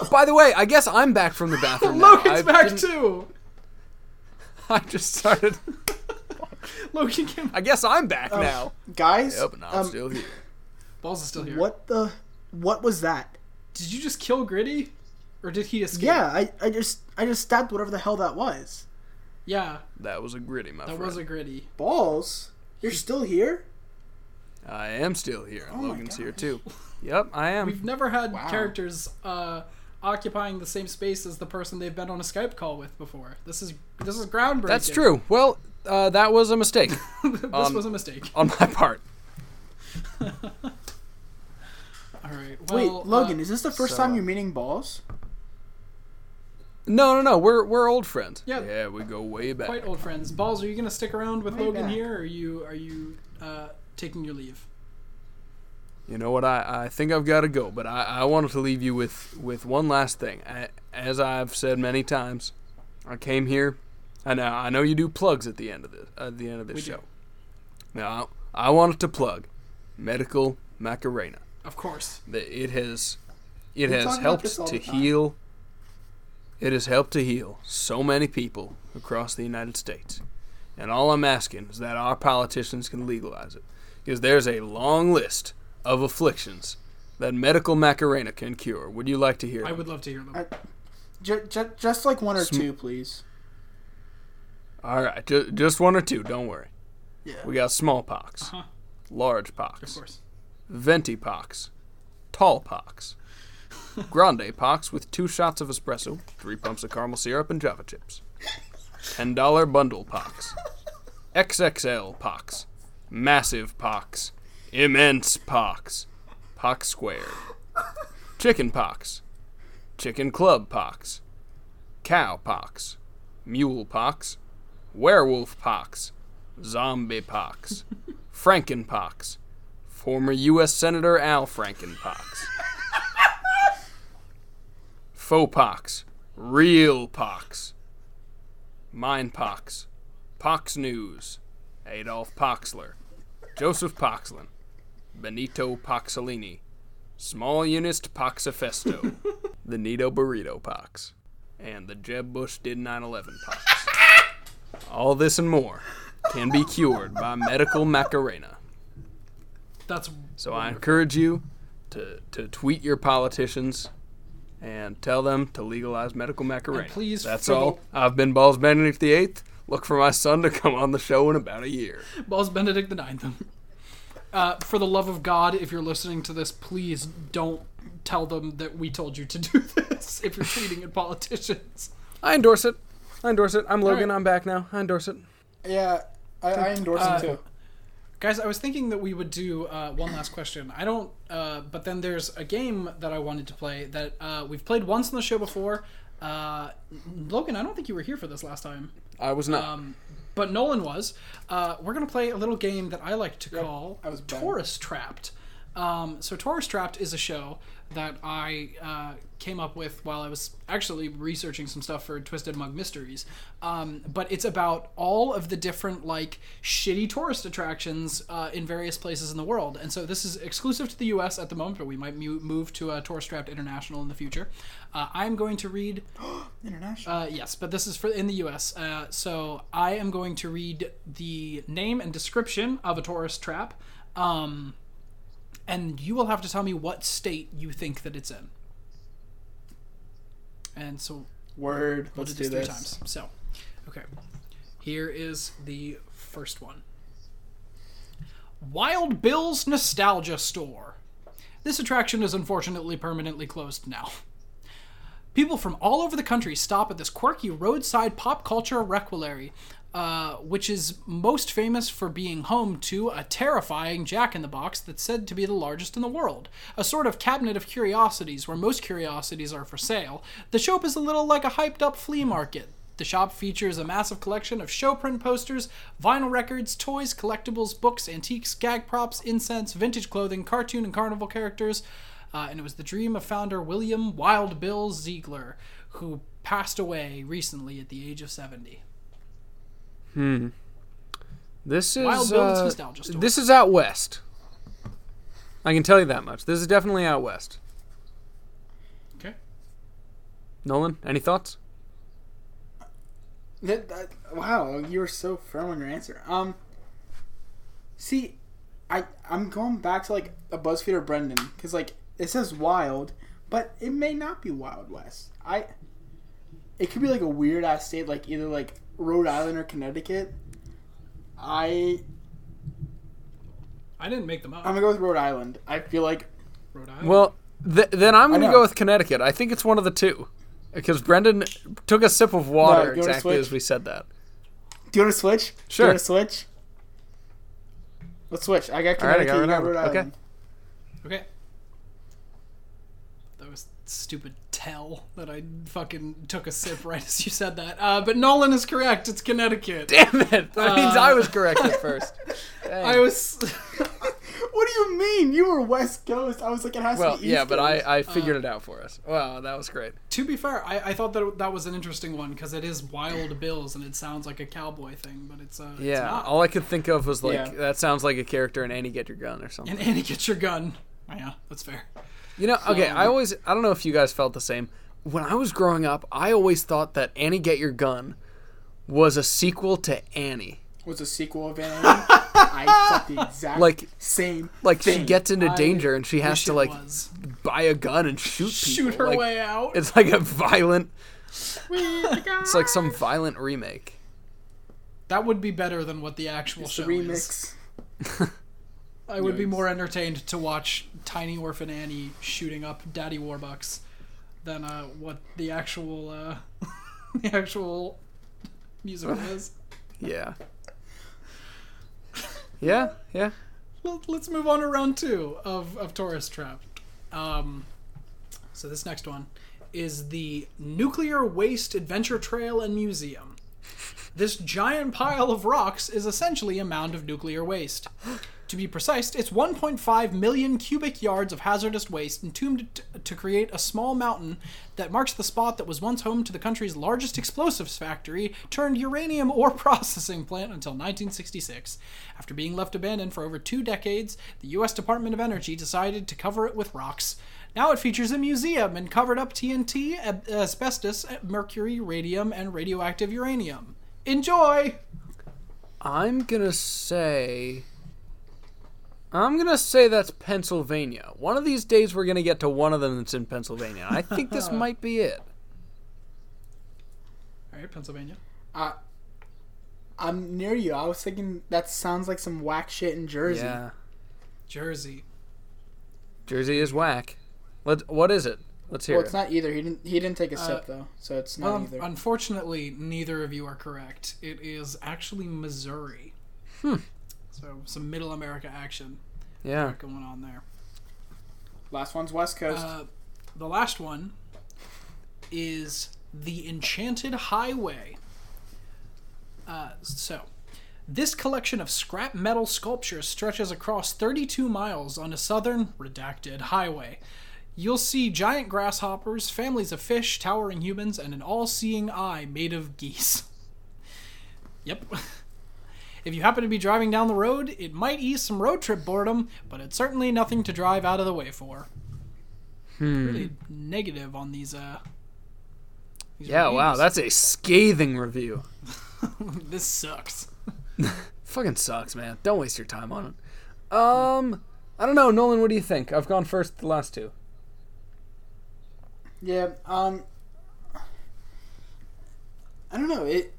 By the way, I guess I'm back from the bathroom. now.
Logan's
I
back
didn't-
too.
I just started.
Logan came.
I guess I'm back
Oh.
now.
Guys?
Yep, and I'm
um,
still here.
Balls is still here.
What the what was that?
Did you just kill Gritty, or did he escape?
Yeah, I, I just I just stabbed whatever the hell that was.
Yeah,
That was a gritty, my
that
friend.
was a gritty.
Balls, you're still here?
I am still here.
my
Logan's here
gosh.
too. Yep, I am.
Oh, We've never had
Wow.
characters uh, occupying the same space as the person they've been on a Skype call with before. This is this is groundbreaking.
That's true. Well, uh, that was a mistake
this
Um,
was a mistake.
on my part.
All right.
Wait,
well,
Logan,
uh,
is this the first
so-
time you're meeting balls?
No, no, no. We're we're old friends.
Yeah.
Yeah, we go way back.
quite old friends. Balls, are you gonna stick around with Logan
back.
here, or are you are you uh, taking your leave?
You know what? I, I think I've got to go, but I, I wanted to leave you with, with one last thing. I, as I've said many times, I came here. I know I know you do plugs at the end of this at the end of this
We do.
show. Now I, I wanted to plug medical Macarena.
Of course.
That it has it
We
has
talk about this all
helped to
the time.
heal. It has helped to heal so many people across the United States, and all I'm asking is that our politicians can legalize it, because there's a long list of afflictions that medical Macarena can cure. Would you like to hear?
I
them?
would love to hear them.
I- J- j- just like one or
Sm-
two, please.
All right, ju- just one or two. Don't worry.
Yeah.
We got smallpox,
Uh-huh.
large
of
pox,
course.
venti pox, tall pox, grande pox with two shots of espresso, three pumps of caramel syrup, and java chips, ten dollar bundle pox, XXL pox, massive pox, immense pox, pox squared, chicken pox, chicken club pox, cow pox, mule pox, werewolf pox, zombie pox, frankenpox former U.S. Senator Al Frankenpox. Faux pox. Real pox. Mind pox. Pox News. Adolf Poxler. Joseph Poxlin. Benito Poxolini. Small Unist Poxifesto. the Nito Burrito Pox. And the Jeb Bush did 9 11 pox. All this and more can be cured by medical Macarena.
That's
So I encourage you to to tweet your politicians and tell them to legalize medical macarena.
And please,
that's
for the-
all. I've been Balls Benedict the Eighth. Look for my son to come on the show in about a year.
Balls Benedict the Ninth. Uh, for the love of God, if you're listening to this, please don't tell them that we told you to do this. If you're tweeting at politicians,
I endorse it. I endorse it. I'm Logan.
right.
I'm back now. I endorse it.
Yeah, I, I endorse
Uh,
it too.
guys, I was thinking that we would do uh, one last question. I don't, uh, but then there's a game that I wanted to play that uh, we've played once on the show before. Uh, Logan, I don't think you were here for this last time.
I was not.
but Nolan was. Uh, we're gonna play a little game that I like to call
I was banned.
Taurus Trapped. Um, so Taurus Trapped is a show that I uh, came up with while I was actually researching some stuff for Twisted Mug Mysteries. Um, but it's about all of the different like shitty tourist attractions uh, in various places in the world. And so this is exclusive to the U.S. at the moment, but we might mu- move to uh, Taurus Trapped International in the future. Uh, I'm going to read.
International.
Uh, yes, but this is for in the U.S. Uh, so I am going to read the name and description of a tourist trap, um, and you will have to tell me what state you think that it's in. And so
Word.
we'll
Let's
do this
do
three
this.
times. So, okay, here is the first one. Wild Bill's Nostalgia Store. This attraction is unfortunately permanently closed now. People from all over the country stop at this quirky roadside pop culture requilary, uh, which is most famous for being home to a terrifying jack in the box that's said to be the largest in the world. A sort of cabinet of curiosities where most curiosities are for sale. The shop is a little like a hyped up flea market. The shop features a massive collection of show print posters, vinyl records, toys, collectibles, books, antiques, gag props, incense, vintage clothing, cartoon and carnival characters. Uh, and it was the dream of founder William Wild Bill Ziegler, who passed away recently at the age of 70.
this is
Wild Bill's
uh,
nostalgia store.
this is out west. I can tell you that much. This is definitely out west.
Okay.
Nolan, any thoughts?
That, that, wow, you were so firm on your answer. Um, see, I I'm going back to like a BuzzFeed or Brendan because like it says wild, but it may not be Wild West. I, it could be like a weird ass state, like either like Rhode Island or Connecticut. I
I didn't make them up.
I'm gonna go with Rhode Island. I feel like
Rhode Island.
Um, Well, th- then I'm going to
know.
go with Connecticut. I think it's one of the two. Because Brendan took a sip of water
No, you wanna
exactly
switch?
as we said that.
Do you want to switch?
Sure.
Do you want to switch? Let's switch. I got
All right, I
Connecticut.
got
you
Rhode
got Rhode
Island. Okay.
Island.
okay. That was stupid tell that I fucking took a sip right as you said that. Uh, but Nolan is correct. It's Connecticut.
Damn it! That means I was correct at first.
I was.
What do you mean? You were West Coast. I was like, it has
Well,
to be East
yeah, but
Coast.
I, I figured it out for us. Wow, that was great.
to be fair, I, I thought that that was an interesting one because it is Wild Bills and it sounds like a cowboy thing, but it's uh, it's
Yeah,
not.
all I could think of was like
Yeah.
that sounds like a character in Annie Get Your Gun or something.
and Annie, get your gun. Yeah, that's fair.
You know, okay, I always I don't know if you guys felt the same. When I was growing up, I always thought that Annie Get Your Gun was a sequel to Annie.
was a sequel of Van Halen. I thought the exact
Like-
same.
Like she
thing.
gets into
I
danger and she has
Wish
to
it
like
was.
buy a gun and shoot
shoot
people.
her
Like,
way out.
It's like a violent It's like some violent remake.
That would be better than what the actual
It's
show
the
is.
remix.
I would be
Yikes.
more entertained to watch Tiny Orphan Annie shooting up Daddy Warbucks than uh, what the actual uh, the actual musical is.
Yeah. Yeah, yeah.
Let- Let's move on to round two of of Taurus Trap. Um, so this next one is the Nuclear Waste Adventure Trail and Museum. This giant pile of rocks is essentially a mound of nuclear waste. To be precise, it's 1.5 million cubic yards of hazardous waste entombed t- to create a small mountain that marks the spot that was once home to the country's largest explosives factory turned uranium ore processing plant until 1966. After being left abandoned for over two decades, the U.S. Department of Energy decided to cover it with rocks. Now it features a museum and covered up TNT, ab- asbestos, mercury, radium, and radioactive uranium. Enjoy!
I'm gonna say. I'm gonna say that's Pennsylvania. One of these days we're gonna get to one of them that's in Pennsylvania. I think this might be it.
All right, Pennsylvania.
I'm near you. I was thinking that sounds like some whack shit in Jersey.
Yeah,
Jersey.
Jersey is whack. Let what is it? Let's hear
Well, it's
it.
not either. He didn't. He didn't take a sip though, so it's not
Um,
either.
unfortunately, neither of you are correct. It is actually Missouri. Hmm. So some Middle America action
Yeah,
going on there.
Last one's West Coast.
Uh, the last one is the Enchanted Highway. Uh, so, this collection of scrap metal sculptures stretches across 32 miles on a southern, redacted highway. You'll see giant grasshoppers, families of fish, towering humans, and an all seeing eye made of geese. Yep. If you happen to be driving down the road, it might ease some road trip boredom, but it's certainly nothing to drive out of the way for really negative on these. Uh, these
yeah. Wow,
reviews.
that's a scathing review.
this sucks.
Fucking sucks, man. Don't waste your time on it. Um, I don't know, Nolan. What do you think? I've gone first the last two.
Yeah. Um. I don't know. It.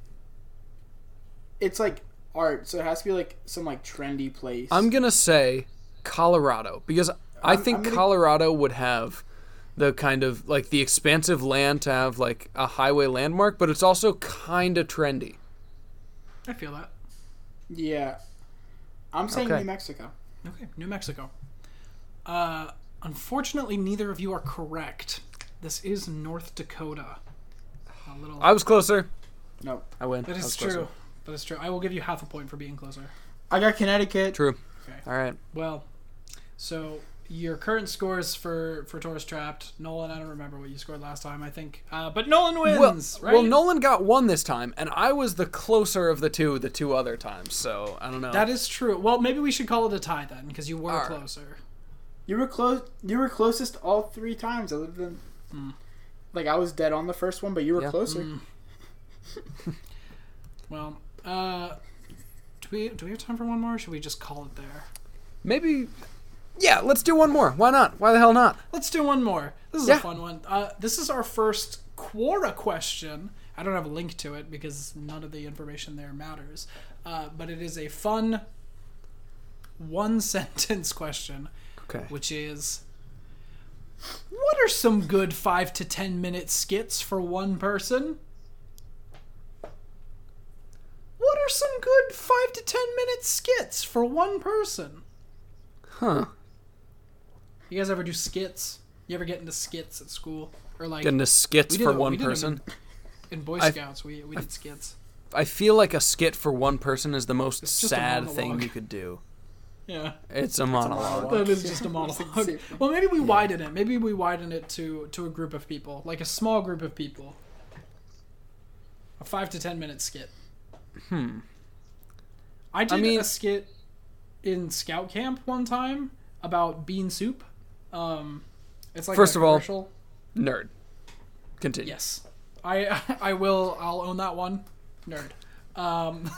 It's like art, so it has to be like some like trendy place.
I'm gonna say Colorado because I think
I'm gonna-
Colorado would have the kind of like the expansive land to have like a highway landmark, but it's also kind of trendy.
I feel that.
yeah. I'm saying
Okay.
New Mexico.
Okay, New Mexico. Uh, unfortunately, neither of you are correct. This is North Dakota. A little.
I was closer.
No.
I win.
that
I was
is
Ah, closer.
true. That is true. I will give you half a point for being closer.
I got Connecticut.
True.
Okay.
All right.
Well, so your current scores for for Taurus Trapped, Nolan. I don't remember what you scored last time. I think, uh, but Nolan
Well,
wins, right?
well, Nolan got one this time, and I was the closer of the two the two other times. So I don't know.
That is true. Well, maybe we should call it a tie then, because you were
All right.
closer.
You were close. You were closest all three times, other than.
Hmm.
Like I was dead on the first one, but you were
Yeah.
closer.
Well, uh, do we do we have time for one more? Or should we just call it there?
maybe. Yeah, let's do one more. Why not? Why the hell not?
Let's do one more. This is
Yeah.
a fun one. Uh, this is our first Quora question I don't have a link to it because none of the information there matters. Uh, but it is a fun one sentence question,
Okay.
which is What are some good five to ten minute skits for one person? What are some good five to ten minute skits for one person?
Huh.
You guys ever do skits? You ever get into skits at school or like
Getting to skits
We did
for
a- we
one
did a-
person.
in Boy
I-
Scouts? we we did skits.
I feel like a skit for one person is the most
It's just a
sad thing
monologue.
you could do.
Yeah,
It's a monologue.
that is just a monologue. Well, maybe we widen it. Maybe we widen it to to a group of people, like a small group of people. A five to ten minute skit. Hmm. I did
mean-
a skit in Scout camp one time about bean soup. Um, it's like
First
a
of all-
commercial.
Nerd. Continue.
Yes, I I will. I'll own that one, nerd. Um,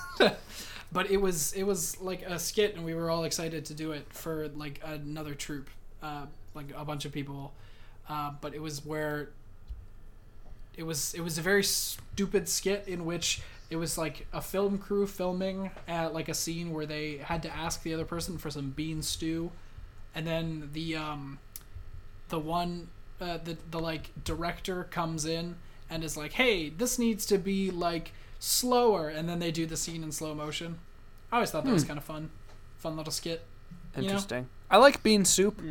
but it was it was like a skit, and we were all excited to do it for like another troop, uh, like a bunch of people. Uh, but it was where it was it was a very stupid skit in which it was like a film crew filming at like a scene where they had to ask the other person for some bean stew, and then the um, the one uh, the the like director comes in and is like, "Hey, this needs to be like slower," and then they do the scene in slow motion. I always thought that
Hmm.
was kind of fun, fun little skit.
Interesting. I like bean soup.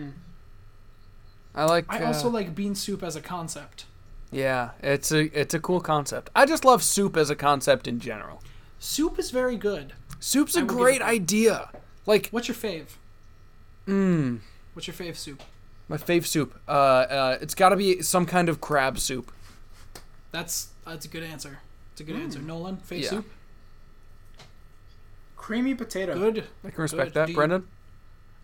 I like.
Mm. I
uh,
also like bean soup as a concept.
Yeah, it's a it's a cool concept. I just love soup as a concept in general.
Soup is very good.
Soup's a
will give it
great
that.
idea. Like
What's your fave? Mmm.
Hmm.
What's your fave soup?
my fave soup. Uh, uh, it's got to be some kind of crab soup.
That's that's a good answer. It's a good answer. Nolan, fave
Hmm. Yeah.
soup,
Creamy potato.
good.
I can respect
Good.
that,
Do you-
Brendan.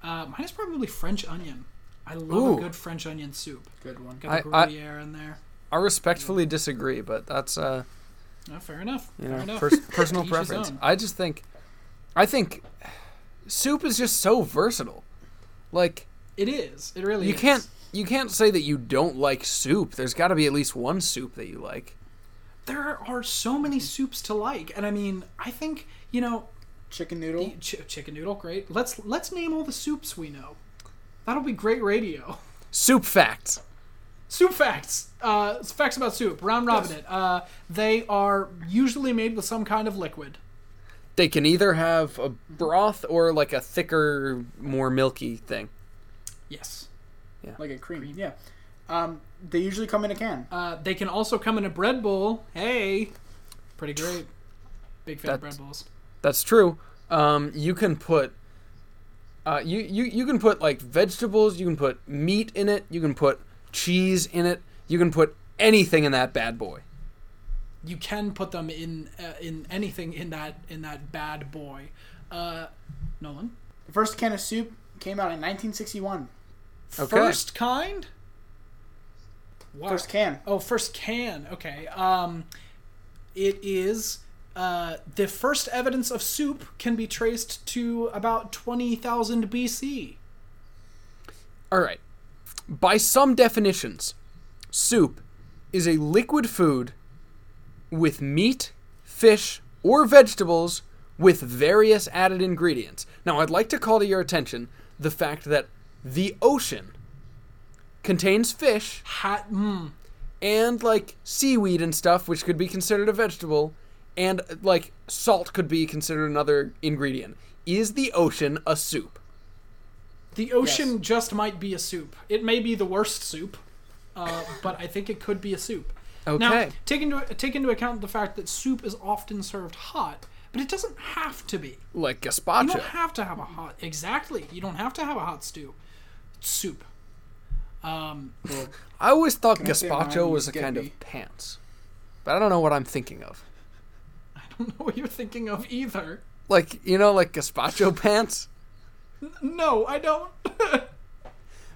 Uh, mine is probably French onion. I love
Ooh.
a good French onion soup.
Good one.
Got the
I- I-
Gruyere in there.
I respectfully disagree, but that's uh,
Oh, fair enough.
you
fair
know,
enough.
pers- personal
To each his
preference.
own.
I just think, I think, soup is just so versatile. Like
It is. It really.
you
is.
can't you can't say that you don't like soup. There's got to be at least one soup that you like.
There are so many soups to like, and I mean, I think you know,
Chicken noodle.
ch- chicken noodle, great. Let's let's name all the soups we know. That'll be great radio.
Soup facts.
Soup facts. Uh, facts about soup. Round robin it. Uh, they are usually made with some kind of liquid.
They can either have a broth or like a thicker, more milky thing.
Yes.
Like a cream. Yeah. Um, they usually come in a can.
Uh, they can also come in a bread bowl. Hey, pretty great. Big fan of
That's-
bread bowls.
That's true. Um, you can put uh, you, you you can put like vegetables, you can put meat in it, you can put cheese in it, you can put anything in that bad boy.
you can put them in uh, in anything in that in that bad boy. Uh, Nolan,
The first can of soup came out in 1961.
Okay.
first kind. Wow.
First can.
Oh, first can. Okay. Um, it is. Uh, the first evidence of soup can be traced to about 20,000 BC.
All right. By some definitions, soup is a liquid food with meat, fish, or vegetables with various added ingredients. Now, I'd like to call to your attention the fact that the ocean contains fish
Hat, mm,
and like seaweed and stuff, which could be considered a vegetable, and like salt could be considered another ingredient. Is the ocean a soup?
the ocean just might be a soup. It may be the worst soup, uh, but I think it could be a soup. Now,
Okay.
take into take into account the fact that soup is often served hot, but it doesn't have to be.
like
You
gazpacho.
don't have to have a hot exactly. You don't have to have a hot stew. Soup. Um,
I always thought
I say mine?
gazpacho
You
was a
get
kind
me.
of pants, but I don't know what I'm thinking of.
I don't know what you're thinking of either.
Like you know, like gazpacho pants.
No, I don't. what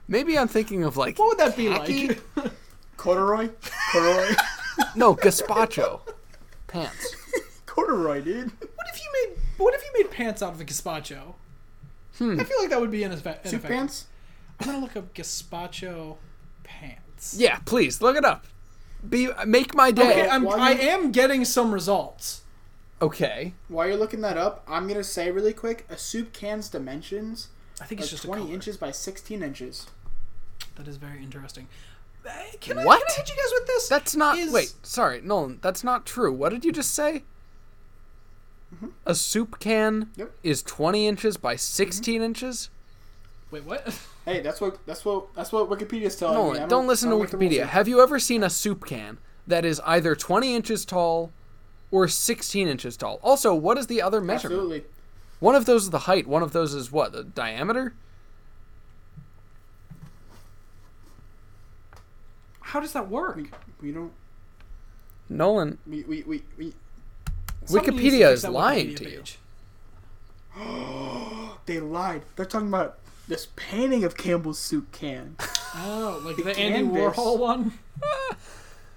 Maybe I'm thinking of like
would that be
Khaki?
like?
Corduroy. Corduroy.
no gazpacho pants.
Corduroy, dude.
What if you made what if you made pants out of a gazpacho? I feel like that would be an effect.
Soup pants.
I'm gonna look up gazpacho pants.
Yeah, please look it up. Be make my day.
Okay,
Okay.
I'm,
Why
I
you-
am getting some results.
While you're looking that up, I'm gonna say really quick: a soup can's dimensions
I think
are
it's just a
20
color.
inches by 16 inches.
That is very interesting. Uh, Can I,
What?
can I hit you guys with this?
That's not.
Is-
Wait, sorry, Nolan. That's not true. What did you just say? A soup can
Mm-hmm. Yep. Mm-hmm.
is 20 inches by 16 inches.
Wait, what?
Hey, that's what that's what that's what Wikipedia's telling me.
Nolan,
I'm
Oh, don't
a-
listen to
I'm a Wikipedia
Wikipedia.
fan.
Have you ever seen a soup can that is either 20 inches tall or 16 inches tall? Also, what is the other measurement?
Absolutely.
One of those is the height. One of those is what? The diameter?
How does that work?
We, we don't.
Nolan,
We we we. we
Somebody needs to
Wikipedia
fix
is
that
lying
Wikipedia
to you.
page.
they lied. They're talking about this painting of Campbell's soup can.
Oh, like the, Andy
canvas.
Warhol one?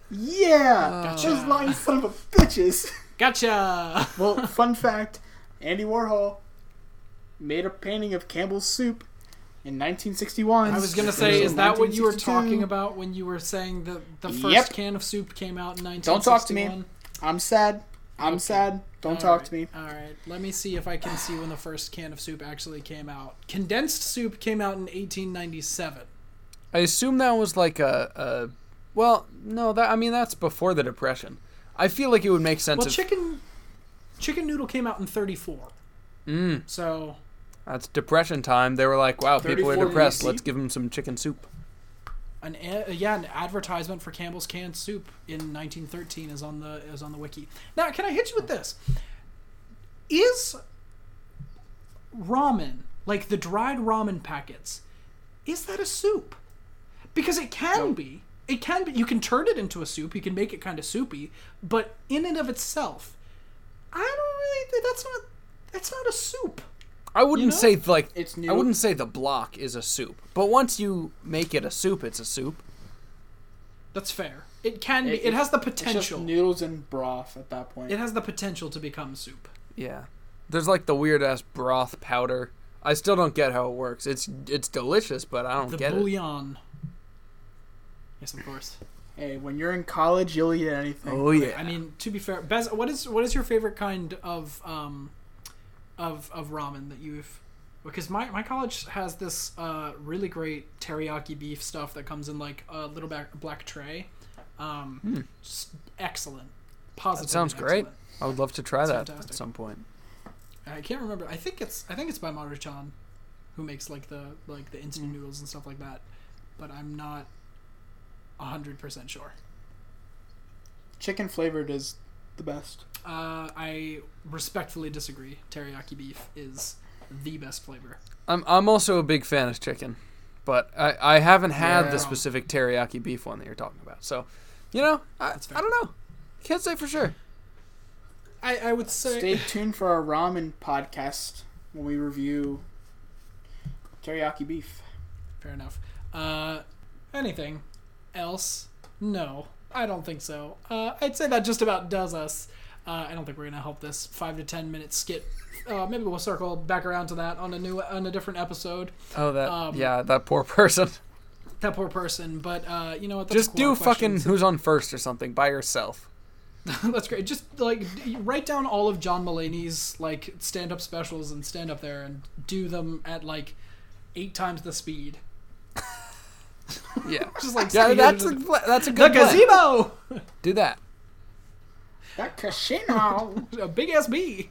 Yeah,
Uh,
those lying son of a bitches.
Gotcha!
well, fun fact: Andy Warhol made a painting of Campbell's soup in 1961.
I was gonna say,
So
is that what you were
1962.
talking about when you were saying that the first
Yep.
can of soup came out in 1961?
Don't talk to me. I'm sad. I'm sad. Don't talk to me.
All right, let me see if I can see when the first can of soup actually came out. Condensed soup came out in 1897.
I assume that was like a, a well, no, that I mean that's before the depression. I feel like it would make sense
Well,
if
chicken chicken noodle came out in 34. Mm. So
that's depression time. They were like, "Wow, people are
34
depressed.
BC?
Let's give them some chicken soup."
an a- uh, yeah, an advertisement for Campbell's canned soup in 1913 is on the is on the wiki. Now, can I hit you with this? Is ramen like the dried ramen packets? Is that a soup? Because it can be. It can be. You can turn it into a soup. You can make it kind of soupy. But in and of itself, I don't really. That's not. That's not a soup.
I wouldn't
know?
say like
It's
I
new.
wouldn't say the block is a soup, but once you make it a soup, it's a soup.
That's fair. It can be.
It-
It, has the
It's just
potential.
noodles and broth at that point.
It has the potential to become soup.
Yeah. There's like the weird ass broth powder. I still don't get how it works. It's it's delicious, but I don't
The
get it.
bouillon. Yes, of course.
Hey, when you're in college, you'll eat anything.
Oh yeah.
I mean, to be fair, Bez, what is what is your favorite kind of um, of of ramen that you've? Because my, my college has this uh, really great teriyaki beef stuff that comes in like a little back, black tray. Um, Just excellent. Positive.
Hmm. Sounds great. I would love to try that
fantastic.
at some point.
I can't remember. I think it's I think it's by Maruchan, who makes like the like the instant noodles and stuff like that. But I'm not hundred percent sure.
Chicken flavored is the best.
Uh, I respectfully disagree. Teriyaki beef is the best flavor.
I'm I'm also a big fan of chicken, but I, I haven't had
Yeah.
the specific teriyaki beef one that you're talking about. So, you know, I,
fair.
I don't know. Can't say for sure.
I, I would say
Stay tuned for our ramen podcast when we review teriyaki beef.
fair enough. Uh, anything else? No, I don't think so. Uh, I'd say that just about does us. Uh, I don't think we're gonna help this five to ten minute skit. Uh, maybe we'll circle back around to that on a new on a different episode.
Oh, that
Um,
yeah, that poor person.
That poor person, but uh, you know what? That's a
Just do
cool question.
fucking who's on first or something by yourself.
That's great. Just like d- write down all of John Mulaney's like stand up specials and stand up there and do them at like eight times the speed.
Yeah,
Just like
yeah,
speed
that's a
it-
pla- that's a
the
good plan.
gazebo,
Do that.
That casino.
a big ass B,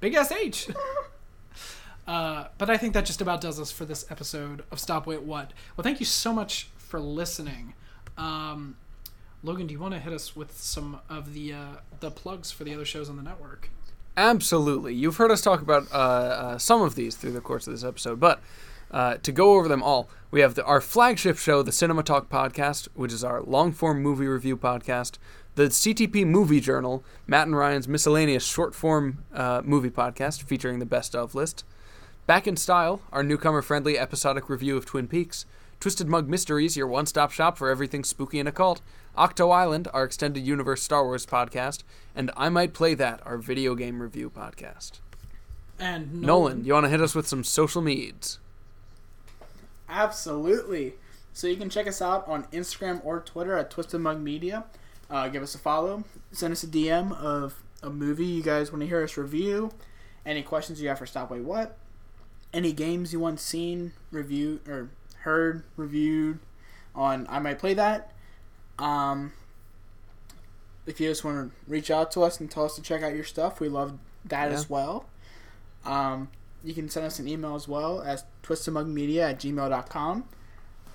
big ass H. Uh, but I think that just about does us for this episode of Stop Wait What. Well, thank you so much for listening. Um, Logan, do you want to hit us with some of the uh, the plugs for the other shows on the network?
Absolutely. You've heard us talk about uh, uh, some of these through the course of this episode, but uh, to go over them all, we have the, our flagship show, the Cinema Talk Podcast, which is our long form movie review podcast, the CTP Movie Journal, Matt and Ryan's miscellaneous short form uh, movie podcast featuring the best of list. Back in Style, our newcomer friendly episodic review of Twin Peaks. Twisted Mug Mysteries, your one stop shop for everything spooky and occult. Octo Island, our extended universe Star Wars podcast. And I Might Play That, our video game review podcast.
And
Nolan, you want to hit us with some social meds?
Absolutely. So you can check us out on Instagram or Twitter at Twisted Mug Media. Uh, give us a follow. Send us a DM of a movie you guys want to hear us review. Any questions you have for Stop Wait What? Any games you want seen, reviewed, or heard, reviewed on I Might Play That. Um, if you just want to reach out to us and tell us to check out your stuff, we love that
Yeah.
as well. Um, you can send us an email as well as twistedmugmedia at gmail.com.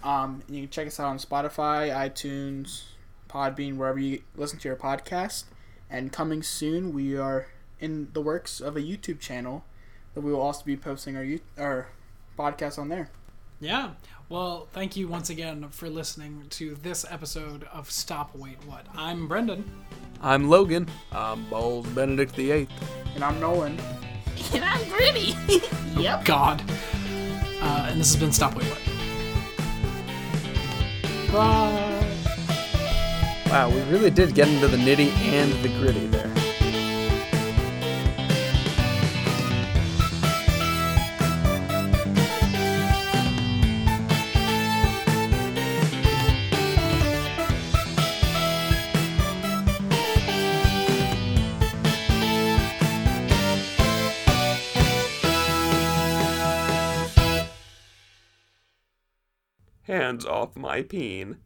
Um, and you can check us out on Spotify, iTunes, Podbean, wherever you listen to your podcast. And coming soon, we are in the works of a YouTube channel that we will also be posting our, you- our podcast on there.
Yeah. Well, thank you once again for listening to this episode of Stop Wait What. I'm Brendan.
I'm Logan. I'm Balls Benedict the Eighth.
And I'm Nolan.
And I'm gritty. yep.
God. Uh, and this has been Stop Wait What. Bye.
Wow, we really did get into the nitty and the gritty there. Hands off my peen.